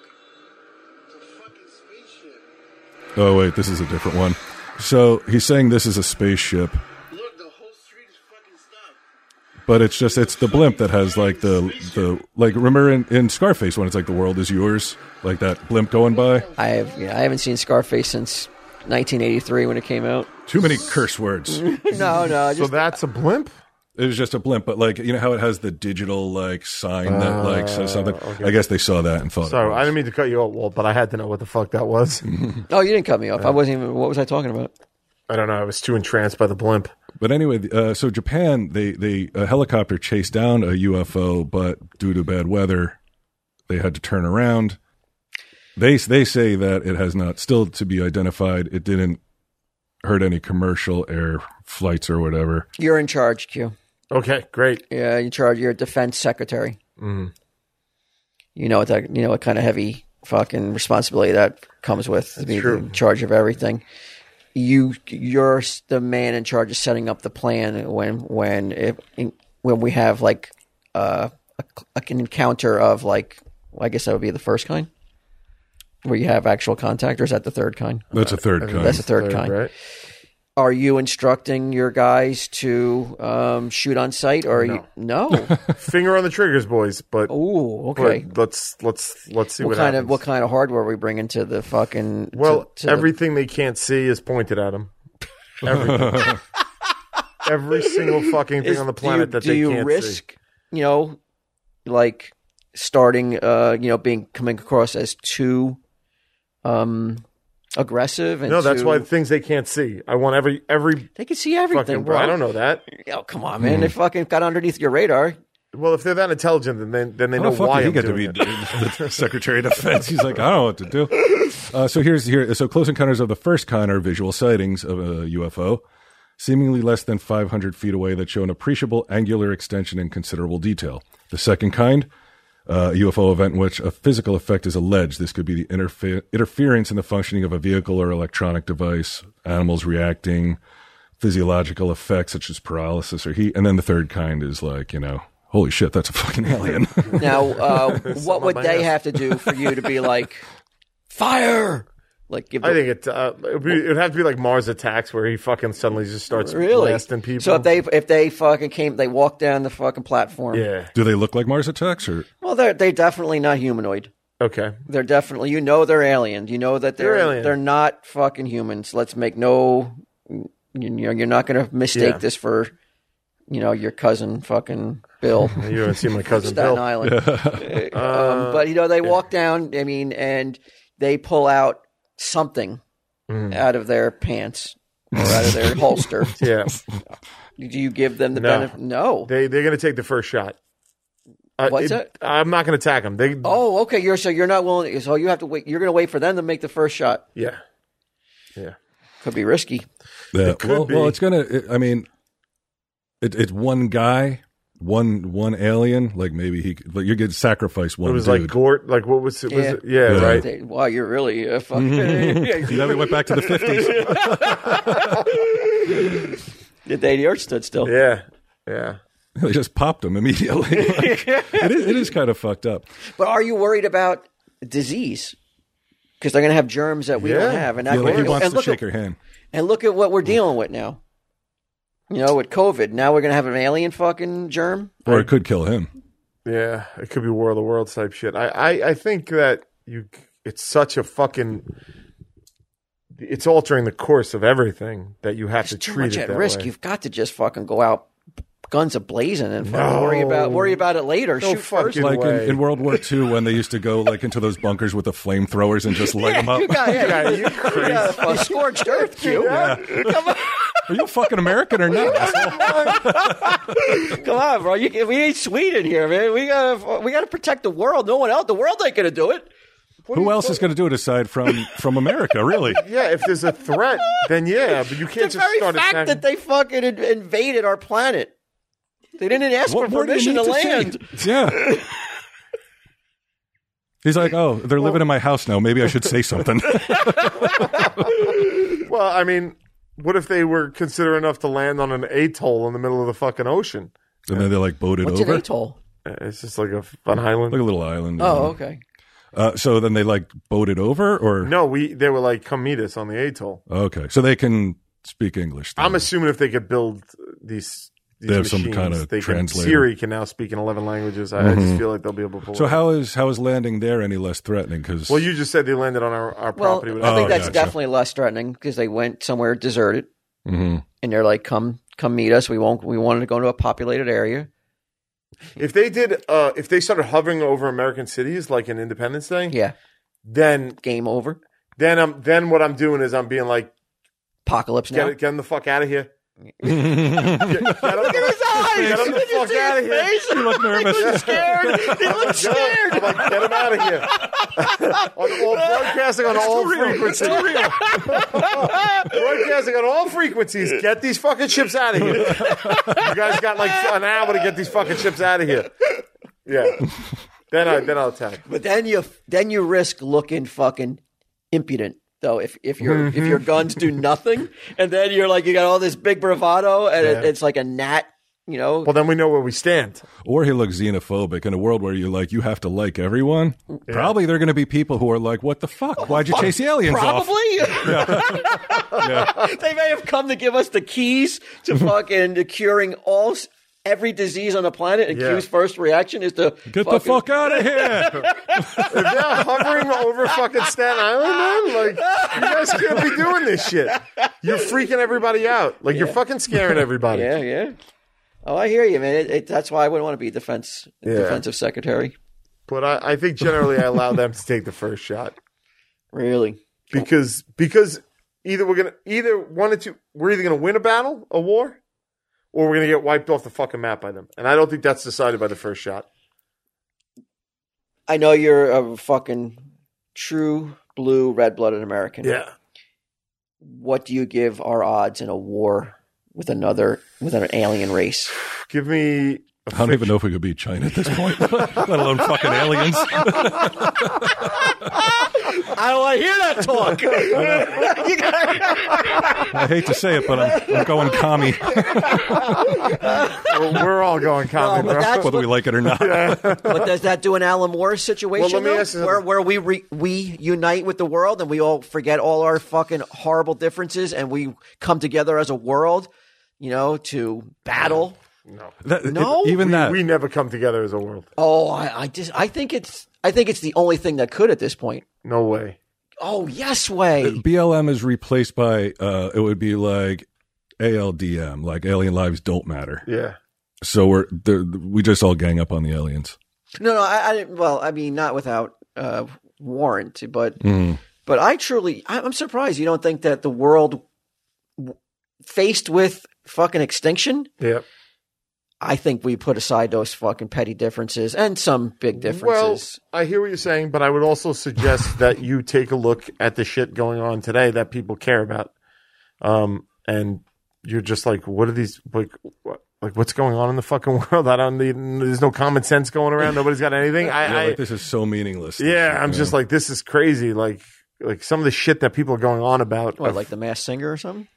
[SPEAKER 4] It's a fucking spaceship.
[SPEAKER 1] Oh, wait, this is a different one. So he's saying this is a spaceship,
[SPEAKER 4] Look, the whole street is fucking stopped.
[SPEAKER 1] but it's just, it's the blimp that has like the, the like, remember in, in Scarface when it's like the world is yours, like that blimp going by?
[SPEAKER 2] I have, you know, I haven't seen Scarface since 1983 when it came out.
[SPEAKER 1] Too many curse words.
[SPEAKER 2] No, no,
[SPEAKER 3] So
[SPEAKER 2] just
[SPEAKER 3] that's a blimp?
[SPEAKER 1] It was just a blimp, but like, you know how it has the digital like sign that like says something? I guess they saw that and thought. it
[SPEAKER 3] Sorry,
[SPEAKER 1] was.
[SPEAKER 3] I didn't mean to cut you off, Walt, but I had to know what the fuck that was.
[SPEAKER 2] oh, you didn't cut me off. I wasn't even. What was I talking about?
[SPEAKER 3] I don't know. I was too entranced by the blimp.
[SPEAKER 1] But anyway, th- uh, so Japan, they they a helicopter chased down a UFO, but due to bad weather, they had to turn around. They they say that it has not still to be identified. It didn't hurt any commercial air flights or whatever.
[SPEAKER 2] You're in charge, Q.
[SPEAKER 3] Okay, great.
[SPEAKER 2] Yeah, in charge. You're defense secretary. You know what that. You know what kind of heavy fucking responsibility that comes with to be
[SPEAKER 3] true.
[SPEAKER 2] in charge of everything. You, you're s- the man in charge of setting up the plan when when if when we have like uh, a, like an encounter of like I guess that would be the first kind where you have actual contact, or is that the third kind?
[SPEAKER 1] That's a third kind.
[SPEAKER 2] That's the third kind.
[SPEAKER 3] Right?
[SPEAKER 2] Are you instructing your guys to um, shoot on sight, or are you no?
[SPEAKER 3] Finger on the triggers, boys. But
[SPEAKER 2] Ooh,
[SPEAKER 3] but
[SPEAKER 2] okay.
[SPEAKER 3] let's let's let's see what,
[SPEAKER 2] what kind
[SPEAKER 3] happens.
[SPEAKER 2] of what kind of hardware we bring into the fucking to-
[SPEAKER 3] well,
[SPEAKER 2] to the-
[SPEAKER 3] everything they can't see is pointed at them. Everything. Every single fucking thing
[SPEAKER 2] is-
[SPEAKER 3] on the
[SPEAKER 2] do
[SPEAKER 3] planet
[SPEAKER 2] you-
[SPEAKER 3] that
[SPEAKER 2] do
[SPEAKER 3] they
[SPEAKER 2] you
[SPEAKER 3] can't see.
[SPEAKER 2] risk you know like starting uh you know being coming across as too um aggressive and
[SPEAKER 3] No, that's
[SPEAKER 2] too-
[SPEAKER 3] why things they can't see. I want every every
[SPEAKER 2] they can see
[SPEAKER 3] fucking.
[SPEAKER 2] everything bro
[SPEAKER 3] I don't know Hmm. that.
[SPEAKER 2] oh come on man they fucking got underneath your radar
[SPEAKER 3] Well, if they're that intelligent, then they, then they
[SPEAKER 1] How
[SPEAKER 3] know
[SPEAKER 1] the fuck
[SPEAKER 3] why
[SPEAKER 1] did he
[SPEAKER 3] I'm
[SPEAKER 1] get to be
[SPEAKER 3] doing it.
[SPEAKER 1] the Secretary of Defense? He's like, I don't know what to do. Uh, so here's here. So close encounters of the first kind are visual sightings of a UFO, seemingly less than 500 feet away, that show an appreciable angular extension and considerable detail. The second kind, uh, UFO event in which a physical effect is alleged. This could be the interfe- interference in the functioning of a vehicle or electronic device, animals reacting, physiological effects such as paralysis or heat, and then the third kind is like you know. Holy shit, that's a fucking alien.
[SPEAKER 2] Now, uh, what would
[SPEAKER 3] my
[SPEAKER 2] they have
[SPEAKER 3] ass.
[SPEAKER 2] to do for you to be like fire? Like give
[SPEAKER 3] I
[SPEAKER 2] the,
[SPEAKER 3] think it uh, it'd, be, it'd have to be like Mars attacks where he fucking suddenly just starts
[SPEAKER 2] really?
[SPEAKER 3] blasting people.
[SPEAKER 2] So if they if they fucking came, they walked down the fucking platform.
[SPEAKER 3] yeah,
[SPEAKER 1] Do they look like Mars attacks or
[SPEAKER 2] Well, they're they definitely not humanoid.
[SPEAKER 3] okay,
[SPEAKER 2] They're definitely you know they're alien. You know that they're
[SPEAKER 3] They're
[SPEAKER 2] they're,
[SPEAKER 3] alien.
[SPEAKER 2] not fucking humans. Let's make no. You know you're not going to mistake
[SPEAKER 3] Yeah.
[SPEAKER 2] this for, you know, your cousin fucking Bill.
[SPEAKER 3] you haven't seen my cousin
[SPEAKER 2] Staten
[SPEAKER 3] Bill.
[SPEAKER 2] Island. Uh, um, but you know, they walk down. I mean, and they pull out something
[SPEAKER 3] Mm.
[SPEAKER 2] out of their pants or out of their holster.
[SPEAKER 3] Yeah,
[SPEAKER 2] Do you give them the
[SPEAKER 3] No.
[SPEAKER 2] benefit? No.
[SPEAKER 3] they they're gonna take the first shot. Uh,
[SPEAKER 2] What's that?
[SPEAKER 3] I'm not gonna attack them. They
[SPEAKER 2] oh, okay. You're so you're not willing. So you have to wait. You're going to wait for them to make the first shot.
[SPEAKER 3] yeah, yeah.
[SPEAKER 2] Could be risky.
[SPEAKER 1] Yeah,
[SPEAKER 3] could
[SPEAKER 1] well, well,
[SPEAKER 3] be.
[SPEAKER 1] it's gonna. It, I mean, it, it's one guy, one one alien. Like maybe he, could- but you could sacrifice one.
[SPEAKER 3] It was
[SPEAKER 1] dude.
[SPEAKER 3] like Gort. Like what was it? Was
[SPEAKER 2] Yeah.
[SPEAKER 3] it? Yeah,
[SPEAKER 1] Yeah.
[SPEAKER 3] right.
[SPEAKER 2] They- wow, you're really a fucking.
[SPEAKER 1] And then we went back to the fifties.
[SPEAKER 2] the day the earth stood still.
[SPEAKER 3] Yeah, yeah.
[SPEAKER 1] they just popped him immediately. Like, it, is, it is kind of fucked up.
[SPEAKER 2] But are you worried about disease? Because they're going to have germs that we
[SPEAKER 3] Yeah.
[SPEAKER 2] don't have, and, that
[SPEAKER 1] Yeah, like he
[SPEAKER 2] and
[SPEAKER 1] wants to
[SPEAKER 2] look at-
[SPEAKER 1] shake her hand.
[SPEAKER 2] And look at what we're dealing with now. You know, with COVID, now we're gonna have an alien fucking germ.
[SPEAKER 1] Or it could kill him.
[SPEAKER 3] Yeah, it could be War of the Worlds type shit. I, I, I think that you, it's such a fucking, it's altering the course of everything that you have
[SPEAKER 2] It's
[SPEAKER 3] to
[SPEAKER 2] too
[SPEAKER 3] treat
[SPEAKER 2] much
[SPEAKER 3] it
[SPEAKER 2] at
[SPEAKER 3] that
[SPEAKER 2] risk.
[SPEAKER 3] way.
[SPEAKER 2] You've got to just fucking go out guns a blazing and fucking worry
[SPEAKER 3] No.
[SPEAKER 2] about worry about it later.
[SPEAKER 3] No
[SPEAKER 2] Shoot first.
[SPEAKER 3] fucking
[SPEAKER 1] Like in,
[SPEAKER 3] way.
[SPEAKER 1] in World War II, when they used to go like into those bunkers with the flamethrowers and just light them up.
[SPEAKER 2] You got, yeah,
[SPEAKER 3] Yeah,
[SPEAKER 2] you,
[SPEAKER 3] you
[SPEAKER 2] you got a fucking scorched earth, Q.
[SPEAKER 1] Are you a fucking American or not?
[SPEAKER 2] Come on, bro. You, we ain't Sweden here, man. We gotta we gotta protect the world. No one else. The world ain't gonna do it.
[SPEAKER 1] Who else is going to do it aside from from America? Really?
[SPEAKER 3] yeah, if there's a threat, then yeah, but you can't
[SPEAKER 2] the
[SPEAKER 3] just
[SPEAKER 2] very
[SPEAKER 3] start
[SPEAKER 2] fact
[SPEAKER 3] attacking.
[SPEAKER 2] that they fucking in- invaded our planet. They didn't ask
[SPEAKER 1] What
[SPEAKER 2] for
[SPEAKER 1] more do you
[SPEAKER 2] permission to
[SPEAKER 1] need to
[SPEAKER 2] land.
[SPEAKER 1] say? Yeah. He's like, oh, they're living in my house now. Maybe I should say something.
[SPEAKER 3] well, I mean, what if they were considerate enough to land on an atoll in the middle of the fucking ocean?
[SPEAKER 1] and then they like boated
[SPEAKER 2] What's
[SPEAKER 1] over,
[SPEAKER 2] an
[SPEAKER 1] like
[SPEAKER 2] atoll?
[SPEAKER 3] Uh, It's just like a, f- an island.
[SPEAKER 1] a little island. you
[SPEAKER 2] Oh,
[SPEAKER 1] know.
[SPEAKER 2] okay.
[SPEAKER 1] Uh, so then they like boated over, or
[SPEAKER 3] no, we they were like, come meet us on the atoll.
[SPEAKER 1] okay, so they can speak English. then.
[SPEAKER 3] I'm assuming if they could build these. These
[SPEAKER 1] They have some
[SPEAKER 3] machines,
[SPEAKER 1] kind of
[SPEAKER 3] they can,
[SPEAKER 1] translator. Mm-hmm.
[SPEAKER 3] Siri can now speak in 11 languages. I, I just feel like they'll be able to pull
[SPEAKER 1] so
[SPEAKER 3] it.
[SPEAKER 1] how is how is landing there any less threatening? Because
[SPEAKER 3] Well, you just said they landed on our, our
[SPEAKER 2] Well,
[SPEAKER 3] property.
[SPEAKER 2] I think
[SPEAKER 1] Oh,
[SPEAKER 2] that's
[SPEAKER 1] gotcha.
[SPEAKER 2] definitely less threatening because they went somewhere deserted
[SPEAKER 1] Mm-hmm.
[SPEAKER 2] and they're like, "Come, come meet us. We won't. We wanted to go into a populated area."
[SPEAKER 3] if they did, uh, if they started hovering over American cities like an Independence Day,
[SPEAKER 2] Yeah,
[SPEAKER 3] then
[SPEAKER 2] game over.
[SPEAKER 3] then I'm then what I'm doing is I'm being like,
[SPEAKER 2] Apocalypse
[SPEAKER 3] get
[SPEAKER 2] now.
[SPEAKER 3] it, get 'em the fuck out of here. get, get 'em- Get 'em the fuck out of here.
[SPEAKER 2] He
[SPEAKER 1] looked nervous.
[SPEAKER 2] scared. He looked
[SPEAKER 3] Yeah. I'm
[SPEAKER 2] scared.
[SPEAKER 3] like, get 'em out of here. on all, broadcasting on all frequencies. broadcasting on all frequencies. Get these fucking ships out of here. you guys got like an hour to get these fucking ships out of here. Yeah. Then I then I'll attack.
[SPEAKER 2] But then you then you risk looking fucking impudent though if if your if
[SPEAKER 1] Mm-hmm.
[SPEAKER 2] your guns do nothing and then you're like you got all this big bravado and it,
[SPEAKER 3] Yeah.
[SPEAKER 2] it's like a gnat, you know.
[SPEAKER 3] Well, then we know where we stand.
[SPEAKER 1] or he looks xenophobic in a world where you like you have to like everyone. Probably there are going to be people who are like, "What the fuck? Why'd you chase the aliens
[SPEAKER 2] Probably.
[SPEAKER 1] off?"
[SPEAKER 2] they may have come to give us the keys to fucking to curing all s- every disease on the planet. And
[SPEAKER 3] Yeah.
[SPEAKER 2] Q's first reaction is to
[SPEAKER 1] Get the fuck out of here!
[SPEAKER 3] If they're hovering over fucking Staten Island, man, like you guys can't be doing this shit. You're freaking everybody out. Like you're fucking scaring everybody.
[SPEAKER 2] Yeah, yeah. Oh, I hear you, man. It, it, that's why I wouldn't want to be defense defensive secretary.
[SPEAKER 3] But I, I think generally I allow them to take the first shot.
[SPEAKER 2] Really.
[SPEAKER 3] because because either we're gonna either one or two we're either gonna win a battle a war or we're going to get wiped off the fucking map by them. And I don't think that's decided by the first shot.
[SPEAKER 2] I know you're a fucking true blue red blooded American. What do you give our odds in a war with another with an alien race?
[SPEAKER 3] Give me.
[SPEAKER 1] I don't even know if we could beat China at this point, let alone fucking aliens.
[SPEAKER 2] I don't want to hear that talk.
[SPEAKER 1] I hate to say it, but I'm, I'm going commie,
[SPEAKER 3] We're, we're all going common,
[SPEAKER 2] but
[SPEAKER 3] bro.
[SPEAKER 2] that's-
[SPEAKER 1] whether we like it or not.
[SPEAKER 2] but does that do an Alan Moore situation
[SPEAKER 3] Well, let me
[SPEAKER 2] though?
[SPEAKER 3] ask you
[SPEAKER 2] where
[SPEAKER 3] something.
[SPEAKER 2] where we re, we unite with the world and we all forget all our fucking horrible differences and we come together as a world, you know, to battle?
[SPEAKER 1] That-
[SPEAKER 2] No?
[SPEAKER 1] it- even that.
[SPEAKER 3] We never come together as a world.
[SPEAKER 2] Oh, I, I just I think it's I think it's the only thing that could at this point.
[SPEAKER 3] No way.
[SPEAKER 2] Oh yes,
[SPEAKER 1] uh,
[SPEAKER 2] way.
[SPEAKER 1] BLM is replaced by uh, it would be like ALDM, like alien lives don't matter.
[SPEAKER 3] Yeah.
[SPEAKER 1] So we're there- we just all gang up on the aliens.
[SPEAKER 2] No, no, I, I didn't. Well, I mean, not without uh, warrant, but but I truly, I, I'm surprised you don't think that the world w- faced with fucking extinction.
[SPEAKER 3] Yeah.
[SPEAKER 2] I think we put aside those fucking petty differences and some big differences.
[SPEAKER 3] Well, I hear what you're saying, but I would also suggest that you take a look at the shit going on today that people care about. Um, and you're just like, what are these like? What, like, what's going on in the fucking world? I don't need. There's no common sense going around. Nobody's got anything. I,
[SPEAKER 1] Yeah,
[SPEAKER 3] I,
[SPEAKER 1] like this is so meaningless.
[SPEAKER 3] yeah I'm just like, this is crazy. Like, like some of the shit that people are going on about.
[SPEAKER 2] what, like the mass singer or something?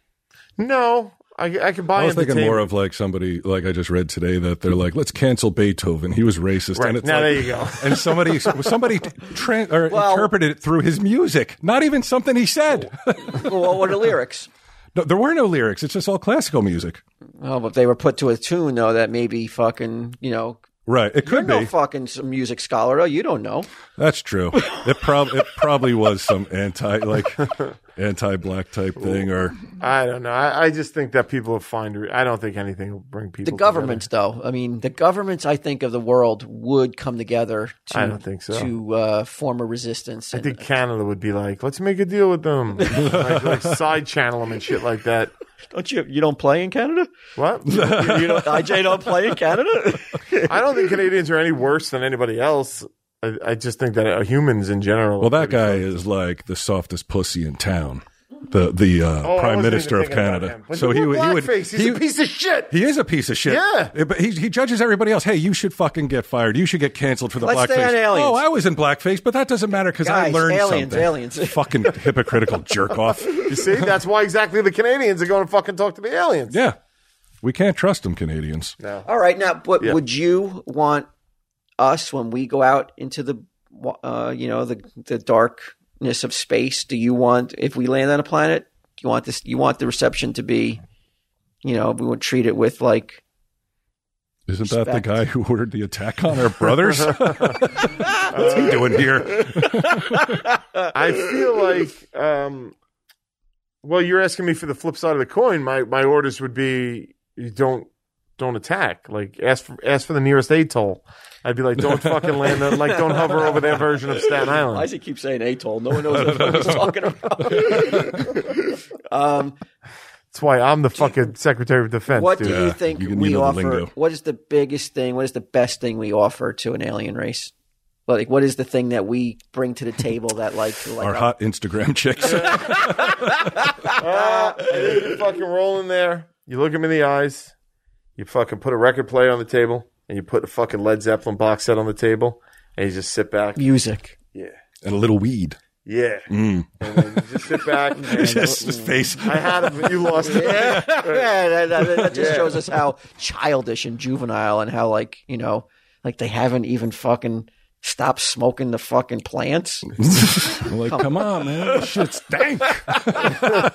[SPEAKER 3] no, I, I can buy.
[SPEAKER 1] I was thinking
[SPEAKER 3] entertainment.
[SPEAKER 1] more of like somebody like I just read today that they're like, let's cancel Beethoven. He was racist.
[SPEAKER 3] Right.
[SPEAKER 1] And it's
[SPEAKER 3] Now
[SPEAKER 1] like-
[SPEAKER 3] there you go.
[SPEAKER 1] And somebody somebody tran or
[SPEAKER 2] Well-
[SPEAKER 1] interpreted it through his music, not even something he said.
[SPEAKER 3] Oh.
[SPEAKER 2] well, what were the lyrics?
[SPEAKER 1] no, there were no lyrics. It's just all classical music.
[SPEAKER 2] Oh, but they were put to a tune though that maybe fucking you know.
[SPEAKER 1] Right. It
[SPEAKER 2] You're
[SPEAKER 1] could
[SPEAKER 2] no
[SPEAKER 1] be.
[SPEAKER 2] fucking s- music scholar. though. You don't know.
[SPEAKER 1] That's true. It prob it probably was some anti like anti black type thing or
[SPEAKER 3] I don't know. I, I just think that people will find. Re- I don't think anything will bring people.
[SPEAKER 2] The governments, though, I mean, the governments, I think, of the world would come together to,
[SPEAKER 3] I don't think so.
[SPEAKER 2] to uh, form a resistance.
[SPEAKER 3] I
[SPEAKER 2] and-
[SPEAKER 3] think Canada would be like, let's make a deal with them, like, like side channel them and shit like that.
[SPEAKER 2] don't you? You don't play in Canada?
[SPEAKER 3] What? I
[SPEAKER 2] You don't, IJ don't play in Canada?
[SPEAKER 3] don't think Canadians are any worse than anybody else. I, I just think that uh, humans in general.
[SPEAKER 1] Well, that guy is like the softest pussy in town. The the uh,
[SPEAKER 3] Oh, I
[SPEAKER 1] prime
[SPEAKER 3] wasn't
[SPEAKER 1] minister
[SPEAKER 3] even
[SPEAKER 1] of
[SPEAKER 3] thinking about
[SPEAKER 1] Canada.
[SPEAKER 3] him. But
[SPEAKER 1] So
[SPEAKER 3] he
[SPEAKER 1] he would
[SPEAKER 3] wore
[SPEAKER 1] he would
[SPEAKER 3] blackface. He's
[SPEAKER 1] he,
[SPEAKER 3] a piece of shit.
[SPEAKER 1] he is a piece of shit.
[SPEAKER 3] Yeah.
[SPEAKER 1] but he, he judges everybody else. Hey, you should fucking get fired. You should get canceled for the
[SPEAKER 2] Let's
[SPEAKER 1] blackface.
[SPEAKER 2] stay on aliens.
[SPEAKER 1] Oh, I was in blackface, but that doesn't matter because I
[SPEAKER 2] Guys,
[SPEAKER 1] learned
[SPEAKER 2] aliens,
[SPEAKER 1] something.
[SPEAKER 2] aliens.
[SPEAKER 1] fucking hypocritical jerk off.
[SPEAKER 3] You see, that's why exactly the Canadians are going to fucking talk to the aliens.
[SPEAKER 1] Yeah, we can't trust them, Canadians.
[SPEAKER 2] All right, now, but
[SPEAKER 3] Yeah.
[SPEAKER 2] would you want us when we go out into the, uh, you know, the the darkness of space? Do you want if we land on a planet? Do you want this? You want the reception to be, you know, we would treat it with like
[SPEAKER 1] Isn't that the
[SPEAKER 2] Respect.
[SPEAKER 1] guy who ordered the attack on our brothers? What's he doing here?
[SPEAKER 3] I feel like, um, well, you're asking me for the flip side of the coin. My my orders would be you don't don't attack. Like ask for, ask for the nearest atoll. I'd be like, don't fucking land on, like don't hover over their version of Staten Island.
[SPEAKER 2] Isaac keeps saying atoll. No one knows what he's talking about. um,
[SPEAKER 3] That's why I'm the fucking Secretary of Defense,
[SPEAKER 2] what
[SPEAKER 3] dude.
[SPEAKER 2] do you
[SPEAKER 1] Yeah,
[SPEAKER 2] think
[SPEAKER 1] uh, you- you
[SPEAKER 2] we
[SPEAKER 1] know the
[SPEAKER 2] offer?
[SPEAKER 1] lingo.
[SPEAKER 2] What is the biggest thing? What is the best thing we offer to an alien race? Like, what is the thing that we bring to the table that, like, like
[SPEAKER 1] Our hot Instagram chicks.
[SPEAKER 3] Ah, I think you fucking roll in there. You look him in the eyes. You fucking put a record player on the table, and you put a fucking Led Zeppelin box set on the table, and you just sit back.
[SPEAKER 2] music?
[SPEAKER 3] Yeah,
[SPEAKER 1] and a little weed.
[SPEAKER 3] yeah. And then you just sit back. and-
[SPEAKER 1] Just his face.
[SPEAKER 3] I had him, but you lost it.
[SPEAKER 2] yeah, that, that- that just
[SPEAKER 3] Yeah.
[SPEAKER 2] shows us how childish and juvenile, and how like you know, like they haven't even fucking stopped smoking the fucking plants.
[SPEAKER 1] I'm like, come on, man, this shit's dank.
[SPEAKER 3] I